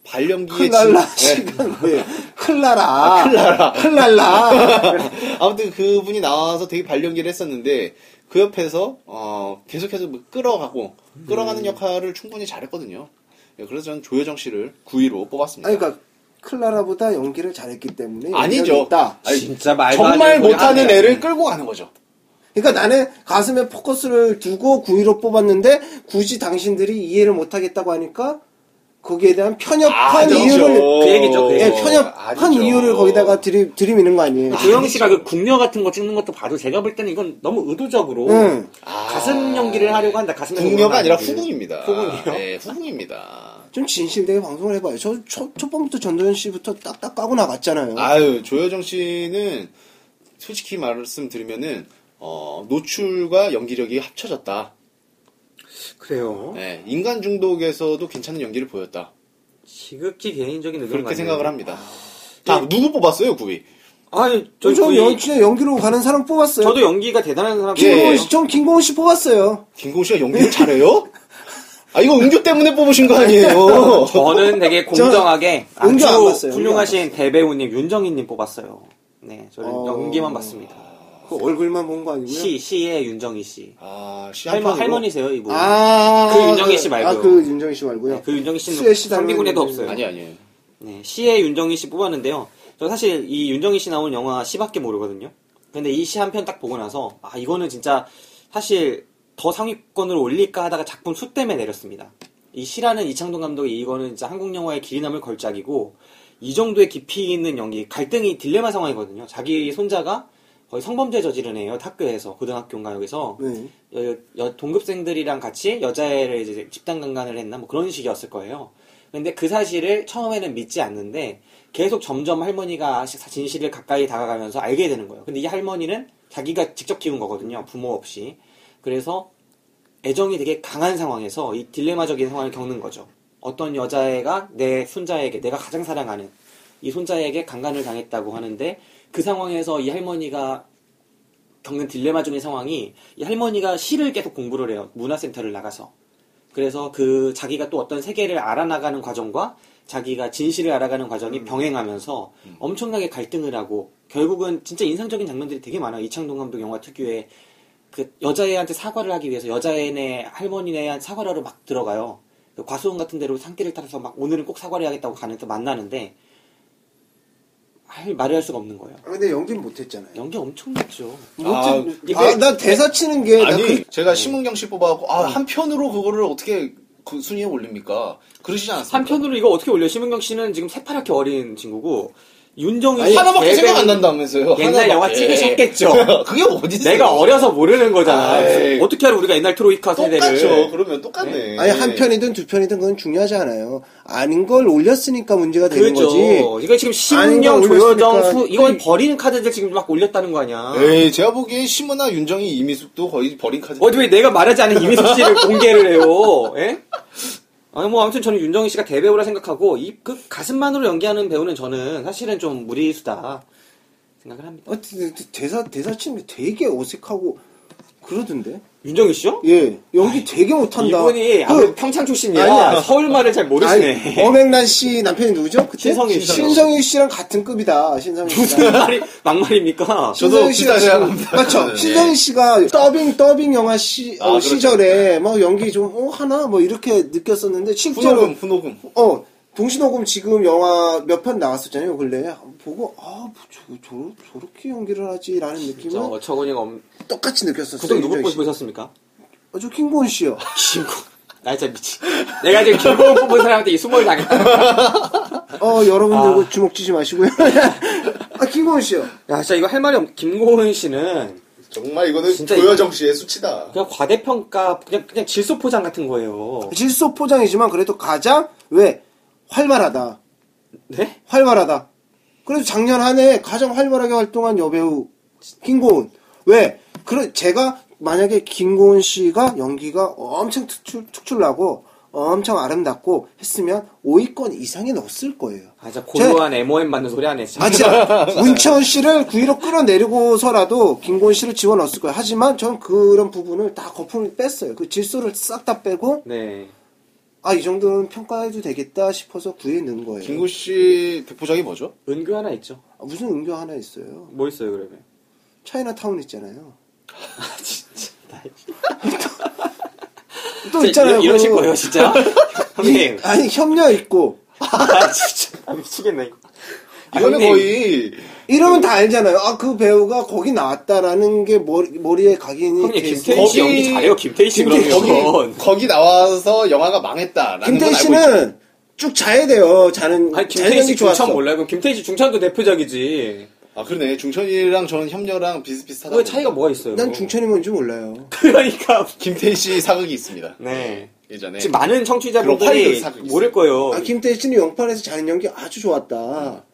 [SPEAKER 2] 발연기의
[SPEAKER 3] 클랄라
[SPEAKER 2] 진- 네.
[SPEAKER 3] 시간 예, 뭐예요? 클라라.
[SPEAKER 2] 아, 클라라.
[SPEAKER 3] 클랄라.
[SPEAKER 2] 아무튼 그분이 나와서 되게 발연기를 했었는데 그 옆에서 어, 계속해서 뭐 끌어가고 끌어가는 역할을 충분히 잘했거든요. 예, 그래서 저는 조여정 씨를 9위로 뽑았습니다.
[SPEAKER 3] 아니, 그러니까 클라라보다 연기를 잘했기 때문에
[SPEAKER 2] 아니죠.
[SPEAKER 3] 연기력이 있다.
[SPEAKER 2] 아니,
[SPEAKER 1] 진짜 말도 안
[SPEAKER 2] 정말
[SPEAKER 1] 되는 소리
[SPEAKER 2] 못하는
[SPEAKER 1] 하네.
[SPEAKER 2] 애를 끌고 가는 거죠.
[SPEAKER 3] 그러니까 나는 가슴에 포커스를 두고 9위로 뽑았는데 굳이 당신들이 이해를 못하겠다고 하니까 거기에 대한 편협한
[SPEAKER 2] 아니죠.
[SPEAKER 3] 이유를
[SPEAKER 1] 그 얘기죠, 그
[SPEAKER 3] 예,
[SPEAKER 1] 얘기죠.
[SPEAKER 3] 편협한
[SPEAKER 2] 아니죠.
[SPEAKER 3] 이유를 거기다가 들이, 들이미는 거 아니에요?
[SPEAKER 1] 조영 씨가 그 궁녀 같은 거 찍는 것도 봐도 제가 볼 때는 이건 너무 의도적으로
[SPEAKER 3] 응.
[SPEAKER 2] 아.
[SPEAKER 1] 가슴 연기를 하려고 한다. 가슴
[SPEAKER 2] 궁녀가 아니라 후궁입니다.
[SPEAKER 1] 후궁이요?
[SPEAKER 2] 네, 후궁입니다.
[SPEAKER 3] 좀 진실되게 방송을 해봐요. 저 첫, 첫 번부터 전도연 씨부터 딱딱 까고 나갔잖아요.
[SPEAKER 2] 아유, 조여정 씨는 솔직히 말씀드리면은 어, 노출과 연기력이 합쳐졌다.
[SPEAKER 1] 그래요.
[SPEAKER 2] 네, 인간 중독에서도 괜찮은 연기를 보였다.
[SPEAKER 1] 지극히 개인적인 의견
[SPEAKER 2] 그렇게 생각을 합니다. 다 누구 뽑았어요, 9위?
[SPEAKER 1] 아니 저,
[SPEAKER 3] 좀
[SPEAKER 1] 저희-
[SPEAKER 3] 연, 진짜 연기로 가는 사람 뽑았어요.
[SPEAKER 1] 저도 연기가 대단한 사람
[SPEAKER 2] 예.
[SPEAKER 1] 같아요.
[SPEAKER 3] 김고은 씨, 전 김고은 씨 뽑았어요.
[SPEAKER 2] 김공 씨가 연기를 잘해요? 아, 이거 은규 때문에 뽑으신 거 아니에요?
[SPEAKER 1] 저는 되게 공정하게
[SPEAKER 3] 저는
[SPEAKER 1] 아주
[SPEAKER 3] 은경 안 봤어요.
[SPEAKER 1] 훌륭하신 대배우님 윤정희님 뽑았어요. 네, 저는
[SPEAKER 3] 어.
[SPEAKER 1] 연기만 봤습니다.
[SPEAKER 3] 그 얼굴만 본 거 아니고요.
[SPEAKER 1] 시 시의 윤정희 씨.
[SPEAKER 2] 아, 씨
[SPEAKER 1] 할머,
[SPEAKER 2] 한편으로.
[SPEAKER 1] 할머니세요 이분.
[SPEAKER 3] 아,
[SPEAKER 1] 그 윤정희 씨 말고요.
[SPEAKER 3] 아, 그 윤정희 씨 말고요.
[SPEAKER 1] 네, 그 윤정희
[SPEAKER 3] 수혜
[SPEAKER 1] 씨는
[SPEAKER 3] 씨 닮은
[SPEAKER 1] 선비군에도
[SPEAKER 3] 분이-
[SPEAKER 1] 없어요.
[SPEAKER 2] 아니, 아니에요.
[SPEAKER 1] 네, 시의 윤정희 씨 뽑았는데요. 저 사실 이 윤정희 씨 나온 영화 시밖에 모르거든요. 근데 이 시 한 편 딱 보고 나서 아 이거는 진짜 사실 더 상위권으로 올릴까 하다가 작품 수 때문에 내렸습니다. 이 시라는 이창동 감독의 이거는 진짜 한국 영화의 길이 남을 걸작이고 이 정도의 깊이 있는 연기 갈등이 딜레마 상황이거든요. 자기 손자가 거의 성범죄 저지른 애예요. 학교에서 고등학교인가 여기서
[SPEAKER 3] 네.
[SPEAKER 1] 여, 여- 동급생들이랑 같이 여자애를 이제 집단 강간을 했나 뭐 그런 식이었을 거예요. 근데 그 사실을 처음에는 믿지 않는데 계속 점점 할머니가 시- 진실을 가까이 다가가면서 알게 되는 거예요. 근데 이 할머니는 자기가 직접 키운 거거든요. 부모 없이. 그래서 애정이 되게 강한 상황에서 이 딜레마적인 상황을 겪는 거죠. 어떤 여자애가 내 손자에게 내가 가장 사랑하는 이 손자에게 강간을 당했다고 하는데 그 상황에서 이 할머니가 겪는 딜레마 중인 상황이 이 할머니가 시를 계속 공부를 해요. 문화센터를 나가서. 그래서 그 자기가 또 어떤 세계를 알아나가는 과정과 자기가 진실을 알아가는 과정이 병행하면서 엄청나게 갈등을 하고 결국은 진짜 인상적인 장면들이 되게 많아요. 이창동 감독 영화 특유의 그 여자애한테 사과를 하기 위해서 여자애네 할머니네 사과를 하러 막 들어가요. 그 과수원 같은 데로 산길을 따라서 막 오늘은 꼭 사과를 해야겠다고 가는 데 만나는데 할 말을 할 수가 없는 거예요.
[SPEAKER 3] 아, 근데 연기는 못했잖아요.
[SPEAKER 1] 연기 엄청났죠.
[SPEAKER 2] 아,
[SPEAKER 3] 못했,
[SPEAKER 2] 이게-
[SPEAKER 3] 아, 나 대사 치는 게, 나
[SPEAKER 2] 아니,
[SPEAKER 3] 그,
[SPEAKER 2] 제가 심은경 씨 뽑아갖고, 아, 한편으로 그거를 어떻게 그 순위에 올립니까? 그러시지 않습니까?
[SPEAKER 1] 한편으로 이거 어떻게 올려? 심은경 씨는 지금 새파랗게 어린 친구고 윤정이
[SPEAKER 2] 아니, 하나밖에
[SPEAKER 1] 대변-
[SPEAKER 2] 생각 안 난다면서요.
[SPEAKER 1] 옛날
[SPEAKER 2] 하나밖에.
[SPEAKER 1] 영화 찍으셨겠죠.
[SPEAKER 2] 그게 어딨어요?
[SPEAKER 1] 내가 어려서 모르는 거잖아.
[SPEAKER 2] 아, 에이.
[SPEAKER 1] 어떻게 하러 우리가 옛날 트로이카 세대를
[SPEAKER 2] 똑같죠. 그러면 똑같네.
[SPEAKER 3] 아니, 한 편이든 두 편이든 그건 중요하지 않아요. 아닌 걸 올렸으니까 문제가 되는 거지.
[SPEAKER 1] 그죠. 그렇죠. 이거 지금
[SPEAKER 3] 아닌
[SPEAKER 1] 심은경,
[SPEAKER 3] 걸
[SPEAKER 1] 조여정,
[SPEAKER 3] 올렸으니까.
[SPEAKER 1] 수 이건 버리는 카드들 지금 막 올렸다는 거 아니야.
[SPEAKER 2] 에이, 제가 보기엔 심은아, 윤정이, 이미숙도 거의 버린 카드.
[SPEAKER 1] 어디 왜 내가 말하지 않은 이민석 씨를 공개를 해요? 예? 아니 뭐 아무튼 저는 윤정희 씨가 대배우라 생각하고 이 그 가슴만으로 연기하는 배우는 저는 사실은 좀 무리수다 생각을 합니다.
[SPEAKER 3] 어, 대- 대- 대사, 대사 치는 게 되게 어색하고, 그러던데?
[SPEAKER 1] 윤정희 씨요?
[SPEAKER 3] 예. 연기 되게 못한다.
[SPEAKER 1] 이분이
[SPEAKER 3] 그-
[SPEAKER 1] 아무래도 평창 출신이야. 뭐,
[SPEAKER 3] 아니야.
[SPEAKER 1] 서울 말을 잘 모르시네.
[SPEAKER 3] 아니, 엄앵란 씨 남편이 누구죠? 그때?
[SPEAKER 1] 신성일 씨.
[SPEAKER 3] 신성일 씨랑 같은 급이다. 신성일 씨.
[SPEAKER 1] 무슨 말이 막말입니까?
[SPEAKER 2] 저도
[SPEAKER 3] 신성일 씨가
[SPEAKER 2] 비슷하게
[SPEAKER 3] 지금
[SPEAKER 2] 생각합니다.
[SPEAKER 3] 맞죠?
[SPEAKER 2] 네.
[SPEAKER 3] 신성일 씨가 더빙 더빙 영화 시,
[SPEAKER 2] 아,
[SPEAKER 3] 어,
[SPEAKER 2] 그렇죠.
[SPEAKER 3] 시절에 막 연기 좀 어, 하나 뭐 이렇게 느꼈었는데 실제로
[SPEAKER 2] 훈호금, 훈호금.
[SPEAKER 3] 어 동신호금 지금 영화 몇 편 나왔었잖아요 근래 보고 아뭐 저, 저, 저렇게 연기를 하지라는
[SPEAKER 1] 저
[SPEAKER 3] 느낌은
[SPEAKER 1] 어처구니가 없는
[SPEAKER 3] 똑같이 느꼈었어요.
[SPEAKER 1] 구독 누구
[SPEAKER 3] 신성일 씨.
[SPEAKER 1] 뽑으셨습니까?
[SPEAKER 3] 어, 저 킹고은 씨요.
[SPEAKER 1] 김고. 나 진짜 미치. 내가 지금 김고은 뽑은 사람한테 이 수모를 당했다.
[SPEAKER 3] 어 여러분들
[SPEAKER 2] 아.
[SPEAKER 3] 그거 주목 치지 마시고요. 아 킹고은 씨요.
[SPEAKER 1] 야 진짜 이거 할 말이 없. 김고은 씨는
[SPEAKER 2] 정말 이거는
[SPEAKER 1] 진짜
[SPEAKER 2] 조여정 씨의 수치다.
[SPEAKER 1] 그냥 과대평가, 그냥 그냥 질소 포장 같은 거예요.
[SPEAKER 3] 질소 포장이지만 그래도 가장 왜 활발하다.
[SPEAKER 1] 네?
[SPEAKER 3] 활발하다. 그래서 작년 한 해 가장 활발하게 활동한 여배우 김고은. 왜? 그런 제가 만약에 김고은 씨가 연기가 엄청 특출, 특출나고 엄청 아름답고 했으면 5위권 이상에 넣었을 거예요.
[SPEAKER 1] 아 진짜 고요한 MOM 맞는 소리 안 해. 진짜.
[SPEAKER 3] 아 진짜 문채원 씨를 9위로 끌어내리고서라도 김고은 씨를 집어 넣었을 거예요. 하지만 전 그런 부분을 다 거품을 뺐어요. 그 질소를 싹 다 빼고
[SPEAKER 1] 네.
[SPEAKER 3] 아 이 정도는 평가해도 되겠다 싶어서 9위에 넣은 거예요.
[SPEAKER 2] 김구 씨 대포작이 뭐죠?
[SPEAKER 1] 은교 하나 있죠.
[SPEAKER 3] 아, 무슨 은교 하나 있어요.
[SPEAKER 1] 뭐 있어요 그러면?
[SPEAKER 3] 차이나타운 있잖아요.
[SPEAKER 1] 나-
[SPEAKER 3] 또
[SPEAKER 1] 진짜
[SPEAKER 3] 있잖아요.
[SPEAKER 1] 이러- 이러실
[SPEAKER 3] 그-
[SPEAKER 1] 거예요 진짜. 형님.
[SPEAKER 3] 아니 협력 있고
[SPEAKER 1] 아 진짜 아, 미치겠네 이거. 아,
[SPEAKER 2] 이거는
[SPEAKER 1] 형님.
[SPEAKER 2] 거의
[SPEAKER 3] 이러면 다 알잖아요. 아 그 배우가 거기 나왔다라는 게 머리, 머리에 각인이
[SPEAKER 1] 형님
[SPEAKER 3] 돼 있-
[SPEAKER 1] 김태희 씨
[SPEAKER 2] 거기-
[SPEAKER 1] 연기 잘해요 김태희 씨
[SPEAKER 3] 김태희
[SPEAKER 1] 그러면
[SPEAKER 2] 거기, 거기 나와서 영화가 망했다라는
[SPEAKER 3] 김태희
[SPEAKER 2] 건 알고 있죠.
[SPEAKER 3] 씨는 쭉 자야 돼요. 자는
[SPEAKER 1] 아니
[SPEAKER 3] 자는
[SPEAKER 1] 김태희 씨
[SPEAKER 3] 연기 좋았어.
[SPEAKER 1] 중천 몰라요 그럼 김태희 씨 중천도 대표작이지
[SPEAKER 2] 아 그러네 중천이랑 저는 협녀랑 비슷비슷하다.
[SPEAKER 1] 그 차이가 뭐가 있어요
[SPEAKER 3] 난 중천이 뭔지 몰라요.
[SPEAKER 1] 그러니까
[SPEAKER 2] 김태희 씨 사극이 있습니다.
[SPEAKER 1] 네
[SPEAKER 2] 예전에
[SPEAKER 1] 지금 많은
[SPEAKER 2] 그럼 화려한
[SPEAKER 1] 청취자분들이
[SPEAKER 2] 사극이
[SPEAKER 1] 모를 거예요
[SPEAKER 3] 아 김태희 씨는 영판에서 자는 연기 아주 좋았다.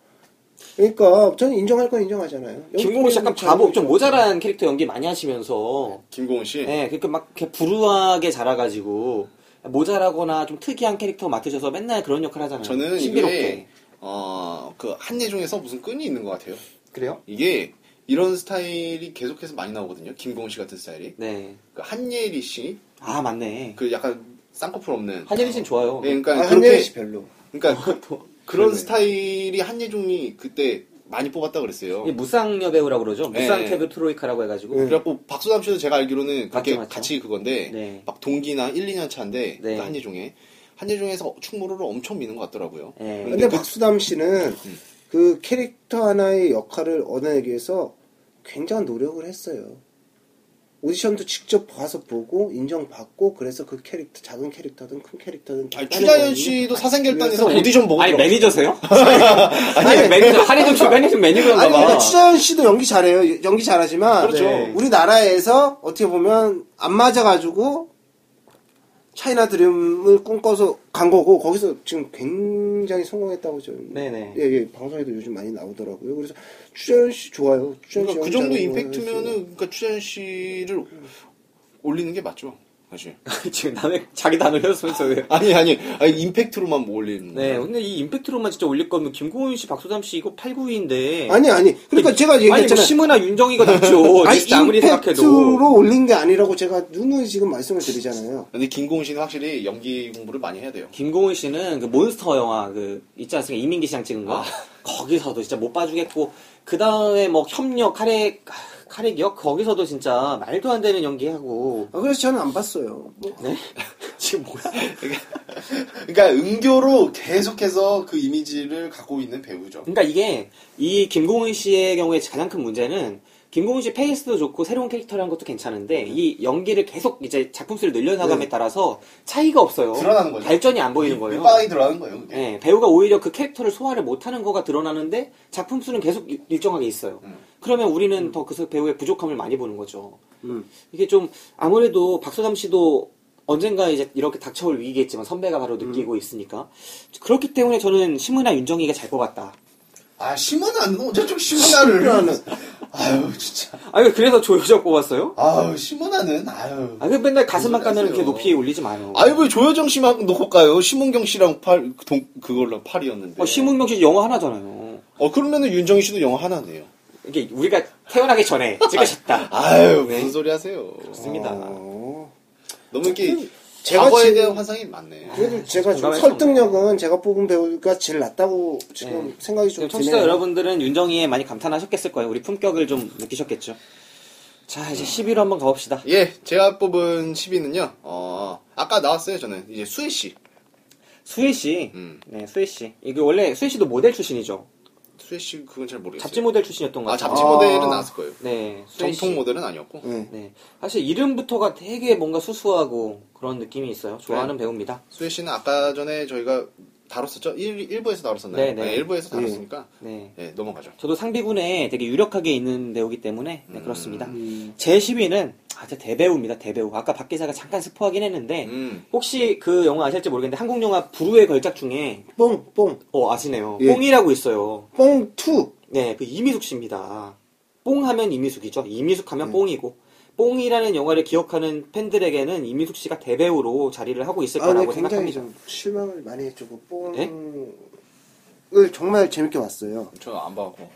[SPEAKER 3] 그러니까 저는 인정할 건 인정하잖아요.
[SPEAKER 1] 김공호 씨 약간
[SPEAKER 3] 네.
[SPEAKER 1] 바보 좀 모자란 캐릭터 연기 많이 하시면서
[SPEAKER 2] 김고은 씨.
[SPEAKER 1] 네 그러니까 막 이렇게 부루하게 자라가지고 모자라거나 좀 특이한 캐릭터 맡으셔서 맨날 그런 역할 하잖아요
[SPEAKER 2] 저는
[SPEAKER 1] 신비롭게
[SPEAKER 2] 이게 어, 그 한예종에서 무슨 끈이 있는 것 같아요.
[SPEAKER 1] 그래요?
[SPEAKER 2] 이게 이런 스타일이 계속해서 많이 나오거든요. 김고은 씨 같은 스타일이.
[SPEAKER 1] 네.
[SPEAKER 2] 그 한예리 씨,
[SPEAKER 1] 아 맞네.
[SPEAKER 2] 그 약간 쌍꺼풀 없는.
[SPEAKER 1] 한예리 씨는 좋아요.
[SPEAKER 2] 네, 그러니까
[SPEAKER 3] 아,
[SPEAKER 2] 그렇게
[SPEAKER 3] 한예리 씨 별로.
[SPEAKER 1] 아,
[SPEAKER 2] 그러니까 그, 런
[SPEAKER 3] 별로예요.
[SPEAKER 2] 스타일이 한예종이 그때 많이 뽑았다 그랬어요.
[SPEAKER 1] 이 무쌍 여배우라고 그러죠. 무쌍
[SPEAKER 2] 네.
[SPEAKER 1] 태그 트로이카라고 해가지고.
[SPEAKER 3] 네.
[SPEAKER 2] 그래갖고 박수담 씨도 제가 알기로는 그게
[SPEAKER 1] 맞죠, 맞죠.
[SPEAKER 2] 같이 그건데
[SPEAKER 1] 네.
[SPEAKER 2] 막 동기나 1, 2년 차인데
[SPEAKER 1] 네.
[SPEAKER 2] 그 한예종에 한예종에서 충무로를 엄청 미는 것 같더라고요.
[SPEAKER 1] 네.
[SPEAKER 2] 근데
[SPEAKER 3] 근데
[SPEAKER 2] 그-
[SPEAKER 3] 박수담 씨는
[SPEAKER 2] 음.
[SPEAKER 3] 그 캐릭터 하나의 역할을 얻어내기 위해서 굉장한 노력을 했어요. 오디션도 직접 봐서 보고 인정받고 그래서 그 캐릭터 작은 캐릭터든 큰 캐릭터든
[SPEAKER 1] 예.
[SPEAKER 2] 아니,
[SPEAKER 3] 다
[SPEAKER 2] 추자연
[SPEAKER 3] 따는
[SPEAKER 2] 씨도 사생결단에서
[SPEAKER 3] 아니,
[SPEAKER 2] 오디션 보고
[SPEAKER 1] 뭐 아니 매니저세요?
[SPEAKER 2] 들어갔어요.
[SPEAKER 1] 아니 매니저 한예종 씨 한예종
[SPEAKER 3] 거예요. 아니
[SPEAKER 1] 매니저인가봐.
[SPEAKER 3] 근데 추자연 씨도 연기 잘해요. 여- 연기 잘하지만
[SPEAKER 2] 그렇죠.
[SPEAKER 3] 네. 우리나라에서 어떻게 보면 안 맞아가지고 차이나 드림을 꿈꿔서 간 거고 거기서 지금 굉장히 성공했다고 저는
[SPEAKER 1] 네네.
[SPEAKER 3] 예, 예, 방송에도 요즘 많이 나오더라고요. 그래서 추자연 씨 좋아요. 추자연
[SPEAKER 2] 그러니까 그
[SPEAKER 3] 씨
[SPEAKER 2] 정도
[SPEAKER 3] 연기하는 거
[SPEAKER 2] 임팩트면은
[SPEAKER 3] 해서.
[SPEAKER 2] 그러니까 추자연 씨를 올리는 게 맞죠. 사실.
[SPEAKER 1] 지금 남의 자기 다 놀렸으면서 왜?
[SPEAKER 2] 아니 아니 아니 임팩트로만 뭐 올리는
[SPEAKER 1] 네,
[SPEAKER 2] 거예요.
[SPEAKER 1] 근데 이 임팩트로만 진짜 올릴 거면 김고은 씨, 박소담 씨 이거 8, 9위인데
[SPEAKER 3] 아니 아니. 그러니까 제가
[SPEAKER 1] 네. 아니 뭐
[SPEAKER 3] 얘기했잖아요.
[SPEAKER 1] 심은아 윤정이가 낫죠.
[SPEAKER 3] 아니,
[SPEAKER 1] 진짜 아무리 생각해도
[SPEAKER 3] 임팩트로 올린 게 아니라고 제가 누누이 지금 말씀을 드리잖아요.
[SPEAKER 2] 근데 김고은 씨는 확실히 연기 공부를 많이 해야 돼요.
[SPEAKER 1] 김고은 씨는 그 몬스터 영화 그 있지 않습니까? 이민기 씨랑 찍은 거 거기서도 진짜 못 봐주겠고 그 다음에 뭐 협력 카레 아, 카레 기억 거기서도 진짜 말도 안 되는 연기하고
[SPEAKER 3] 아, 그래서 저는 안 봤어요. 뭐,
[SPEAKER 1] 네 지금 뭐야?
[SPEAKER 2] 그러니까 은교로 계속해서 그 이미지를 갖고 있는 배우죠.
[SPEAKER 1] 그러니까 이게 이 김고은 씨의 경우에 가장 큰 문제는 김고은 씨 페이스도 좋고 새로운 캐릭터를 한 것도 괜찮은데
[SPEAKER 2] 네.
[SPEAKER 1] 이 연기를 계속 이제 작품수를 늘려나감에 따라서 차이가 없어요.
[SPEAKER 2] 드러나는 거죠.
[SPEAKER 1] 발전이 안 보이는 거예요.
[SPEAKER 2] 빵이 들어가는 거예요. 그게.
[SPEAKER 1] 예, 배우가 오히려 그 캐릭터를 소화를 못하는 거가 드러나는데 작품 수는 계속 일- 일정하게 있어요.
[SPEAKER 2] 음.
[SPEAKER 1] 그러면 우리는 더 그 배우의 부족함을 많이 보는 거죠.
[SPEAKER 3] 음.
[SPEAKER 1] 이게 좀 아무래도 박소담 씨도 언젠가 이제 이렇게 닥쳐올 위기겠지만 선배가
[SPEAKER 2] 음.
[SPEAKER 1] 바로 느끼고 있으니까 그렇기 때문에 저는 신문아 윤정이가 잘 뽑았다.
[SPEAKER 2] 아 심은아는 언제 좀 심은아를 아유 진짜
[SPEAKER 1] 아니 그래서 조효정 뽑았어요?
[SPEAKER 2] 아유 심은아는 아유
[SPEAKER 1] 아그 맨날 가슴만
[SPEAKER 2] 무슨
[SPEAKER 1] 까면
[SPEAKER 2] 소리
[SPEAKER 1] 이렇게
[SPEAKER 2] 하세요.
[SPEAKER 1] 높이 올리지 마요.
[SPEAKER 2] 아유 왜 조여정 씨만 놓고 가요 심은경 씨랑 팔 동, 그걸로 팔이었는데
[SPEAKER 1] 어, 심은명 씨 영화 하나잖아요.
[SPEAKER 2] 어 그러면은 윤정희 씨도 영화 하나네요
[SPEAKER 1] 이게 우리가 태어나기 전에 찍으셨다.
[SPEAKER 2] 아유
[SPEAKER 1] 네.
[SPEAKER 2] 무슨 소리 하세요
[SPEAKER 1] 맞습니다.
[SPEAKER 3] 어.
[SPEAKER 2] 너무 이렇게
[SPEAKER 3] 제가
[SPEAKER 2] 그 과거에
[SPEAKER 3] 지금-
[SPEAKER 2] 대한 환상이 많네
[SPEAKER 3] 그래도 제가 좀
[SPEAKER 1] 공감할 수
[SPEAKER 3] 설득력은 제가 뽑은 배우가 제일 낫다고 지금
[SPEAKER 1] 네.
[SPEAKER 3] 생각이 좀
[SPEAKER 1] 지금
[SPEAKER 3] 드네요.
[SPEAKER 1] 청취자 여러분들은 윤정이에 많이 감탄하셨겠을 거예요. 우리 품격을 좀 느끼셨겠죠. 자 이제 10위로 한번 가봅시다.
[SPEAKER 2] 예 제가 뽑은 10위는요 어 아까 나왔어요 저는 이제 수혜 씨
[SPEAKER 1] 수혜 씨,
[SPEAKER 2] 음.
[SPEAKER 1] 네 수혜 씨. 이게 원래 수혜 씨도 모델 출신이죠.
[SPEAKER 2] 수혜 씨 그건 잘 모르겠어요
[SPEAKER 1] 잡지 모델 출신이었던 것
[SPEAKER 2] 아
[SPEAKER 1] 같아요.
[SPEAKER 2] 잡지
[SPEAKER 3] 아.
[SPEAKER 2] 모델은 나왔을 거예요
[SPEAKER 1] 네, 수혜 씨.
[SPEAKER 2] 정통 모델은 아니었고
[SPEAKER 3] 네.
[SPEAKER 1] 네, 사실 이름부터가 되게 뭔가 수수하고 그런 느낌이 있어요. 좋아하는
[SPEAKER 2] 네.
[SPEAKER 1] 배우입니다.
[SPEAKER 2] 수혜 씨는 아까 전에 저희가 다뤘었죠? 1, 부에서 다뤘었나요?
[SPEAKER 1] 네, 네.
[SPEAKER 2] 1부에서 다뤘으니까
[SPEAKER 1] 네.
[SPEAKER 2] 네, 넘어가죠.
[SPEAKER 1] 저도 상비군에 되게 유력하게 있는 배우기 때문에 네, 그렇습니다. 제 10위는 아, 진짜 대배우입니다. 대배우. 아까 박 기자가 잠깐 스포하긴 했는데
[SPEAKER 2] 음.
[SPEAKER 1] 혹시 그 영화 아실지 모르겠는데 한국 영화 부르의 걸작 중에
[SPEAKER 3] 뽕, 뽕,
[SPEAKER 1] 어 아시네요.
[SPEAKER 3] 예.
[SPEAKER 1] 뽕이라고 있어요.
[SPEAKER 3] 뽕 투.
[SPEAKER 1] 네, 그 이미숙 씨입니다. 뽕 하면 이미숙이죠. 이미숙 하면 뽕이고 뽕이라는 영화를 기억하는 팬들에게는 이미숙 씨가 대배우로 자리를 하고 있을
[SPEAKER 3] 아, 네,
[SPEAKER 1] 거라고
[SPEAKER 3] 굉장히
[SPEAKER 1] 생각합니다.
[SPEAKER 3] 좀 실망을 많이 했죠. 그
[SPEAKER 1] 네?
[SPEAKER 3] 뽕을 정말 재밌게 봤어요.
[SPEAKER 2] 저는 안 봐갖고.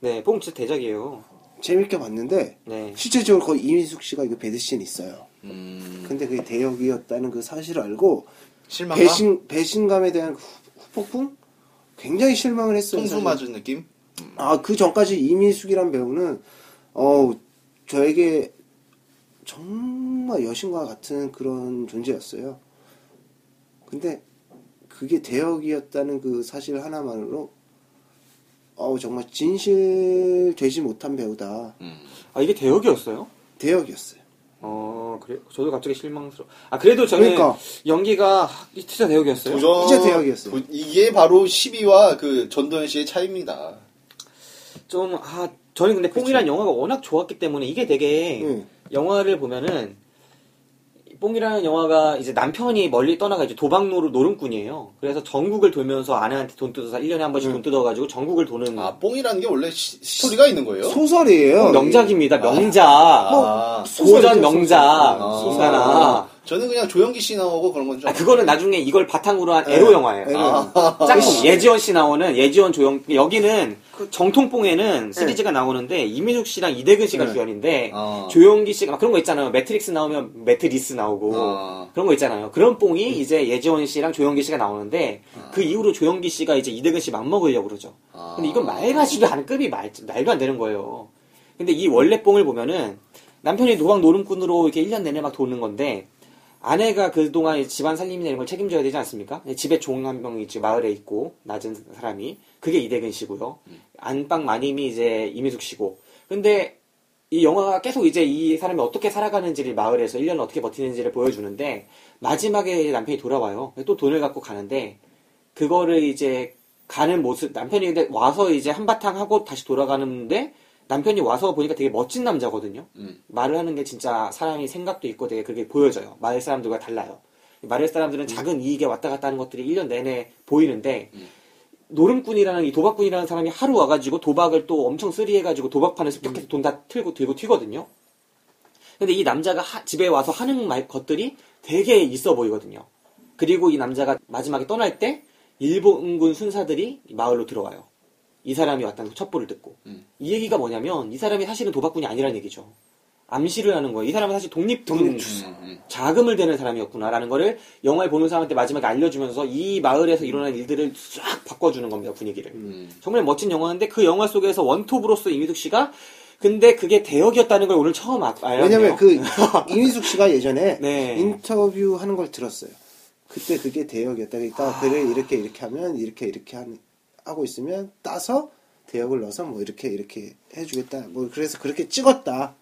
[SPEAKER 1] 네, 뽕 진짜 대작이에요.
[SPEAKER 3] 재밌게 봤는데
[SPEAKER 1] 네.
[SPEAKER 3] 실제적으로 거의 이민숙 씨가 이거 배드신 있어요.
[SPEAKER 2] 음.
[SPEAKER 3] 근데 그게 대역이었다는 그 사실을 알고
[SPEAKER 2] 실망감?
[SPEAKER 3] 배신 배신감에 대한 그 후- 후폭풍 굉장히 실망을 했어요.
[SPEAKER 2] 통수
[SPEAKER 3] 사실.
[SPEAKER 2] 맞은 느낌?
[SPEAKER 3] 아, 그 전까지 이민숙이란 배우는, 어 저에게 정말 여신과 같은 그런 존재였어요. 근데 그게 대역이었다는 그 사실 하나만으로, 어우, 정말 진실되지 못한 배우다.
[SPEAKER 2] 음.
[SPEAKER 1] 아 이게 대역이었어요?
[SPEAKER 3] 대역이었어요.
[SPEAKER 1] 어 그래 저도 갑자기 실망스러워. 아 그래도 저는
[SPEAKER 3] 그러니까.
[SPEAKER 1] 연기가 이 진짜 대역이었어요.
[SPEAKER 2] 도전.
[SPEAKER 3] 진짜 대학이었어요.
[SPEAKER 2] 도- 이게 바로 10위와 그 전도현 씨의 차이입니다.
[SPEAKER 1] 좀, 아, 저는 근데 뽕이란 영화가 워낙 좋았기 때문에 이게 되게
[SPEAKER 3] 응.
[SPEAKER 1] 영화를 보면은 이 뽕이라는 영화가 이제 남편이 멀리 떠나가 이제 도박노로 노름꾼이에요. 그래서 전국을 돌면서 아내한테 돈 뜯어서 1년에 한 번씩
[SPEAKER 3] 응.
[SPEAKER 1] 돈 뜯어가지고 전국을 도는
[SPEAKER 2] 아, 뽕이라는 게 원래 시, 스토리가 있는 거예요?
[SPEAKER 3] 소설이에요.
[SPEAKER 1] 명작입니다. 명작.
[SPEAKER 2] 아.
[SPEAKER 3] 예. 뭐
[SPEAKER 1] 뭐.
[SPEAKER 3] 소설이죠,
[SPEAKER 1] 고전 명작.
[SPEAKER 3] 소설.
[SPEAKER 2] 아.
[SPEAKER 1] 인간아.
[SPEAKER 2] 저는 그냥 조영기 씨 나오고 그런 건줄
[SPEAKER 1] 아, 그거는 나중에 이걸 바탕으로 한 에로 영화예요. 아.
[SPEAKER 3] 에로.
[SPEAKER 1] 짝꿍 어, 예지원 씨 나오는 예지원 조영 여기는 그 정통뽕에는 시리즈가 나오는데 이민욱 씨랑 이대근 씨가
[SPEAKER 3] 네.
[SPEAKER 1] 주연인데
[SPEAKER 2] 아.
[SPEAKER 1] 조영기 씨가 막 그런 거 있잖아요 매트릭스 나오면 매트리스 나오고
[SPEAKER 2] 아.
[SPEAKER 1] 그런 거 있잖아요 그런 뽕이 이제 예지원 씨랑 조영기 씨가 나오는데 그 이후로 조영기 씨가 이제 이대근 씨 맞먹으려고 그러죠
[SPEAKER 2] 아.
[SPEAKER 1] 근데 이건 말 같지도 않은 급이 말, 말도 안 되는 거예요 근데 이 원래 뽕을 보면은 남편이 노방 노름꾼으로 이렇게 1년 내내 막 도는 건데 아내가 그동안 집안 살림이나 이런 걸 책임져야 되지 않습니까? 예, 집에 종 한 명이 있지, 마을에 있고, 낮은 사람이. 그게 이대근 씨고요. 안방 마님이 이제 이미숙 씨고. 근데 이 영화가 계속 이제 이 사람이 어떻게 살아가는지를 마을에서 1년 어떻게 버티는지를 보여주는데, 마지막에 이제 남편이 돌아와요. 또 돈을 갖고 가는데, 그거를 이제 가는 모습, 남편이 근데 와서 이제 한바탕 하고 다시 돌아가는데, 남편이 와서 보니까 되게 멋진 남자거든요.
[SPEAKER 2] 음.
[SPEAKER 1] 말을 하는 게 진짜 사람이 생각도 있고 되게 그게 보여져요. 마을 사람들과 달라요. 마을 사람들은 작은 이익에 왔다 갔다 하는 것들이 1년 내내 보이는데, 노름꾼이라는 이 도박꾼이라는 사람이 하루 와가지고 도박을 또 엄청 쓰리해가지고 도박판에서 이렇게 돈 다 틀고 들고 튀거든요. 근데 이 남자가 하- 집에 와서 하는 말, 것들이 되게 있어 보이거든요. 그리고 이 남자가 마지막에 떠날 때 일본군 순사들이 이 마을로 들어와요. 이 사람이 왔다는 첩보를 듣고
[SPEAKER 2] 음.
[SPEAKER 1] 이 얘기가 뭐냐면 이 사람이 사실은 도박꾼이 아니라는 얘기죠. 암시를 하는 거예요. 이 사람은 사실 독립군
[SPEAKER 3] 독립투사.
[SPEAKER 2] 음, 음.
[SPEAKER 1] 자금을 대는 사람이었구나라는 거를 영화를 보는 사람한테 마지막에 알려주면서 이 마을에서 일어난 일들을 쫙 바꿔주는 겁니다 분위기를.
[SPEAKER 2] 음.
[SPEAKER 1] 정말 멋진 영화인데 그 영화 속에서 원톱으로서 이미숙 씨가 근데 그게 대역이었다는 걸 오늘 처음 아- 알았네요.
[SPEAKER 3] 왜냐면 그 이민숙 씨가 예전에
[SPEAKER 1] 뭐. 네.
[SPEAKER 3] 인터뷰 하는 걸 들었어요. 그때 그게 대역이었다. 그러니까
[SPEAKER 1] 아.
[SPEAKER 3] 글을 이렇게 이렇게 하면 이렇게 이렇게 하 하고 있으면 따서 대역을 넣어서 뭐 이렇게 이렇게 해주겠다. 뭐 그래서 그렇게 찍었다.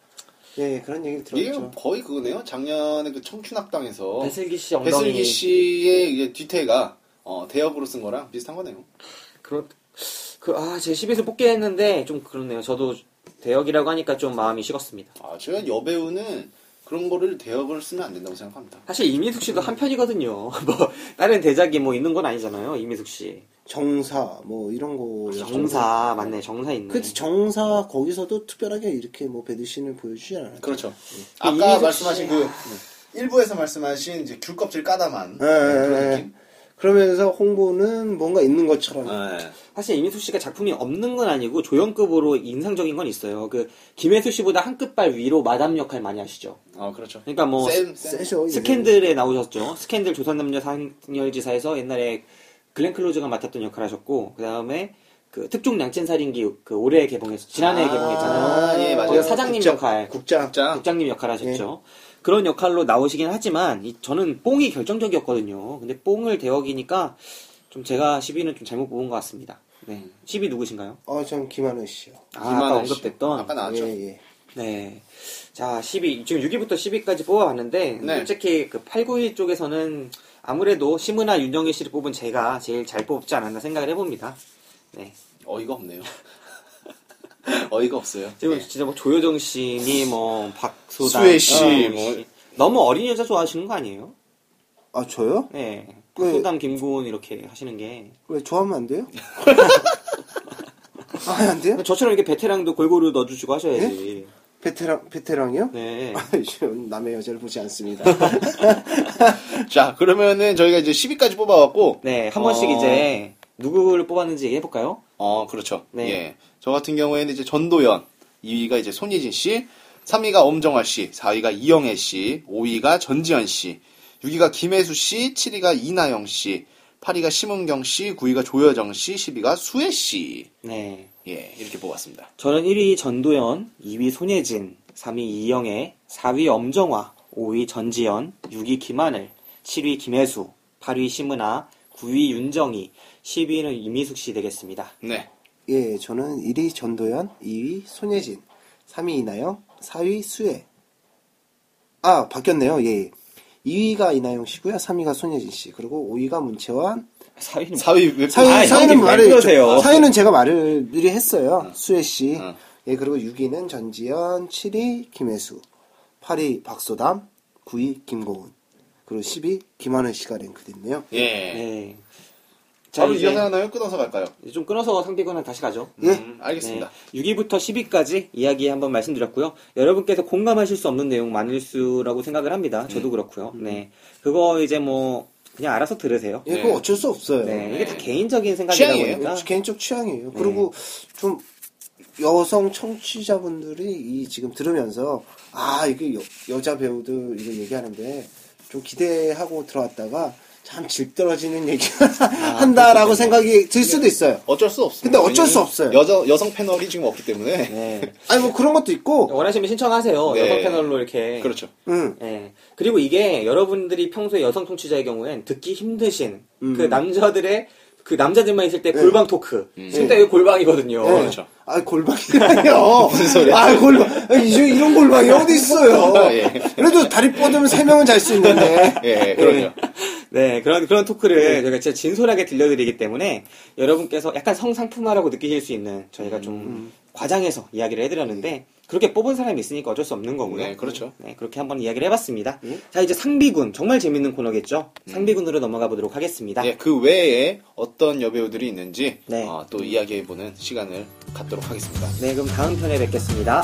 [SPEAKER 3] 예 그런 얘기를
[SPEAKER 2] 이게
[SPEAKER 3] 들었죠.
[SPEAKER 2] 거의 그거네요. 작년에 그 청춘학당에서
[SPEAKER 1] 어, 배슬기 씨 엉덩이
[SPEAKER 2] 배슬기 씨의 이게 뒤태가 어, 대역으로 쓴 거랑 비슷한 거네요.
[SPEAKER 1] 그런 그아제 10에서 뽑게 했는데 좀 그렇네요. 저도 대역이라고 하니까 좀 마음이 식었습니다.
[SPEAKER 2] 아, 제가 여배우는 그런 거를 대역을 쓰면 안 된다고 생각합니다.
[SPEAKER 1] 사실 이민숙 씨도 한 편이거든요. 뭐 다른 대작이 뭐 있는 건 아니잖아요. 이민숙 씨
[SPEAKER 3] 정사 뭐 이런 거.
[SPEAKER 1] 아, 정사 맞네. 정사 있네.
[SPEAKER 3] 그 정사 거기서도 특별하게 이렇게 뭐 배드신을 보여주지 않았나.
[SPEAKER 2] 그렇죠.
[SPEAKER 1] 이민석 네.
[SPEAKER 2] 아까
[SPEAKER 1] 씨-
[SPEAKER 2] 말씀하신 그 일부에서 말씀하신 이제 귤껍질 까다만
[SPEAKER 1] 네,
[SPEAKER 3] 예,
[SPEAKER 2] 그런
[SPEAKER 3] 예, 예.
[SPEAKER 2] 느낌.
[SPEAKER 3] 그러면서 홍보는 뭔가 있는 것처럼.
[SPEAKER 1] 아.
[SPEAKER 2] 네.
[SPEAKER 1] 사실 이민숙 씨가 작품이 없는 건 아니고 조연급으로 인상적인 건 있어요. 그 김혜수 씨보다 한 끗발 위로 마담 역할 많이 하시죠.
[SPEAKER 2] 아 그렇죠.
[SPEAKER 1] 그러니까 뭐
[SPEAKER 2] 쌤, 쌤.
[SPEAKER 3] 세죠. 이게.
[SPEAKER 1] 스캔들에 나오셨죠. 스캔들 조선남녀 상열지사에서 옛날에 글렌 클로즈가 맡았던 역할 하셨고 그 다음에 그 특종 양첸살인기 그 올해 개봉했 지난해 에
[SPEAKER 2] 아,
[SPEAKER 1] 개봉했잖아요.
[SPEAKER 2] 예, 맞아요.
[SPEAKER 1] 거기 사장님
[SPEAKER 3] 어, 국장,
[SPEAKER 1] 역할,
[SPEAKER 3] 국장.
[SPEAKER 2] 자,
[SPEAKER 1] 국장님 역할 하셨죠.
[SPEAKER 3] 네.
[SPEAKER 1] 그런 역할로 나오시긴 하지만 이- 저는 뽕이 결정적이었거든요. 근데 뽕을 대역이니까 좀 제가 10위는 좀 잘못 뽑은 것 같습니다. 네. 10위 누구신가요?
[SPEAKER 3] 어, 전 김한우 씨요.
[SPEAKER 1] 아, 아까
[SPEAKER 2] 이만원 씨.
[SPEAKER 1] 언급됐던
[SPEAKER 2] 아까 나왔죠.
[SPEAKER 3] 예, 예.
[SPEAKER 1] 네. 자, 10위. 지금 6위부터 10위까지 뽑아봤는데,
[SPEAKER 2] 네.
[SPEAKER 1] 솔직히 그 8, 9위 쪽에서는 아무래도 심은아, 윤정일 씨를 뽑은 제가 제일 잘 뽑지 않았나 생각을 해봅니다. 네.
[SPEAKER 2] 어이가 없네요. 어이가 없어요.
[SPEAKER 1] 지금 진짜 뭐 조효정 씨니, 뭐, 박소다
[SPEAKER 2] 네. 수혜 씨, 뭐.
[SPEAKER 1] 너무 어린 여자 좋아하시는 거 아니에요?
[SPEAKER 3] 아, 저요?
[SPEAKER 1] 네.
[SPEAKER 2] 그
[SPEAKER 1] 박소담, 김고은 이렇게 하시는 게.
[SPEAKER 3] 왜 좋아하면 안 돼요? 아, 안 돼요?
[SPEAKER 1] 저처럼 이렇게 베테랑도 골고루 넣어주시고 하셔야지.
[SPEAKER 3] 베테랑, 베테랑이요?
[SPEAKER 1] 네.
[SPEAKER 3] 남의 여자를 보지 않습니다.
[SPEAKER 1] 예.
[SPEAKER 2] 자, 그러면은 저희가 이제 10위까지 뽑아왔고,
[SPEAKER 1] 네. 한 번씩
[SPEAKER 2] 어.
[SPEAKER 1] 이제 누구를 뽑았는지 얘기해볼까요?
[SPEAKER 2] 어, 그렇죠.
[SPEAKER 1] 네.
[SPEAKER 2] 예. 저 같은 경우에는 이제 전도연, 2위가 이제 손예진 씨, 3위가 엄정화 씨, 4위가 이영애 씨, 5위가 전지현 씨, 6위가 김혜수 씨, 7위가 이나영 씨, 8위가 심은경 씨, 9위가 조여정 씨, 10위가 수혜 씨.
[SPEAKER 1] 네.
[SPEAKER 2] 예, 이렇게 뽑았습니다.
[SPEAKER 1] 저는 1위 전도연, 2위 손예진, 3위 이영애, 4위 엄정화, 5위 전지현, 6위 김하늘, 7위 김혜수, 8위 심은아, 9위 윤정희, 10위는 이미숙 씨 되겠습니다.
[SPEAKER 2] 네.
[SPEAKER 3] 예, 저는 1위 전도연, 2위 손예진, 3위 이나영, 4위 수혜. 아, 바뀌었네요. 예. 2위가 이나영 씨고요. 3위가 손예진 씨. 그리고 5위가 문채환.
[SPEAKER 1] 4위는
[SPEAKER 2] 4위 왜
[SPEAKER 3] 사위,
[SPEAKER 1] 아,
[SPEAKER 3] 사위는
[SPEAKER 1] 형님, 왜 그러세요?
[SPEAKER 3] 말을, 사위는 제가 말을 미리 했어요. 수혜 씨.
[SPEAKER 2] 어.
[SPEAKER 3] 예, 그리고 6위는 전지현, 7위 김혜수, 8위 박소담, 9위 김고은, 그리고 10위 김하늘 씨가 랭크됐네요.
[SPEAKER 2] 예.
[SPEAKER 1] 네. 자,
[SPEAKER 2] 바로
[SPEAKER 1] 이제-
[SPEAKER 2] 이어나가나요? 끊어서 갈까요?
[SPEAKER 1] 이제 좀 끊어서 상대권은 다시 가죠. 네.
[SPEAKER 3] 예.
[SPEAKER 2] 음, 알겠습니다.
[SPEAKER 1] 6위부터 10위까지 이야기 한번 말씀드렸고요. 여러분께서 공감하실 수 없는 내용 많을 수라고 생각을 합니다.
[SPEAKER 2] 음.
[SPEAKER 1] 저도 그렇고요. 네. 그거 이제 뭐 그냥 알아서 들으세요.
[SPEAKER 3] 예,
[SPEAKER 2] 네.
[SPEAKER 3] 그건 어쩔 수 없어요.
[SPEAKER 1] 네.
[SPEAKER 2] 네.
[SPEAKER 1] 이게 다 개인적인 생각이다
[SPEAKER 2] 취향이에요. 그러니까. 음.
[SPEAKER 1] 보니까
[SPEAKER 3] 개인적 취향이에요. 그리고 좀 여성 청취자분들이 이 지금 들으면서 아 이게 여, 여자 배우들 이거 얘기하는데 좀 기대하고 들어왔다가 참 질 떨어지는 얘기를
[SPEAKER 2] 아,
[SPEAKER 3] 한다라고 생각이 들
[SPEAKER 2] 예.
[SPEAKER 3] 수도 있어요.
[SPEAKER 2] 어쩔 수 없어요.
[SPEAKER 3] 근데 어쩔 수 없어요.
[SPEAKER 2] 여자 여성 패널이 지금 없기 때문에
[SPEAKER 1] 네.
[SPEAKER 3] 아니 뭐 그런 것도
[SPEAKER 2] 어.
[SPEAKER 3] 있고,
[SPEAKER 1] 원하시면 신청하세요.
[SPEAKER 2] 네.
[SPEAKER 1] 여성 패널로 이렇게.
[SPEAKER 2] 그렇죠.
[SPEAKER 3] 응,
[SPEAKER 1] 네. 그리고 이게 여러분들이 평소에 여성 청취자의 경우엔 듣기 힘드신
[SPEAKER 3] 음.
[SPEAKER 1] 그 남자들의 그 남자들만 있을 때
[SPEAKER 3] 네.
[SPEAKER 1] 골방 토크.
[SPEAKER 2] 음.
[SPEAKER 1] 진짜 이게 골방이거든요.
[SPEAKER 3] 예.
[SPEAKER 2] 그렇죠.
[SPEAKER 3] 아 골방이라뇨.
[SPEAKER 2] 무슨 소리야?
[SPEAKER 3] 아 골방. 아, 이- 이런 골방이 어디 있어요?
[SPEAKER 2] 예.
[SPEAKER 3] 그래도 다리 뻗으면 세 명은 잘 수 있는데.
[SPEAKER 2] 예, 그럼요.
[SPEAKER 1] 네, 그런, 그런 토크를 저희가 진짜 진솔하게 들려드리기 때문에 여러분께서 약간 성상품화라고 느끼실 수 있는 저희가 좀
[SPEAKER 2] 음.
[SPEAKER 1] 과장해서 이야기를 해드렸는데 그렇게 뽑은 사람이 있으니까 어쩔 수 없는 거고요.
[SPEAKER 2] 네, 그렇죠. 음.
[SPEAKER 1] 네, 그렇게 한번 이야기를 해봤습니다. 자, 이제 상비군. 정말 재밌는 코너겠죠? 상비군으로 넘어가 보도록 하겠습니다.
[SPEAKER 2] 예, 그 외에 어떤 여배우들이 있는지
[SPEAKER 1] 네.
[SPEAKER 2] 어, 또 이야기해보는 시간을 갖도록 하겠습니다.
[SPEAKER 1] 네, 그럼 다음 편에 뵙겠습니다.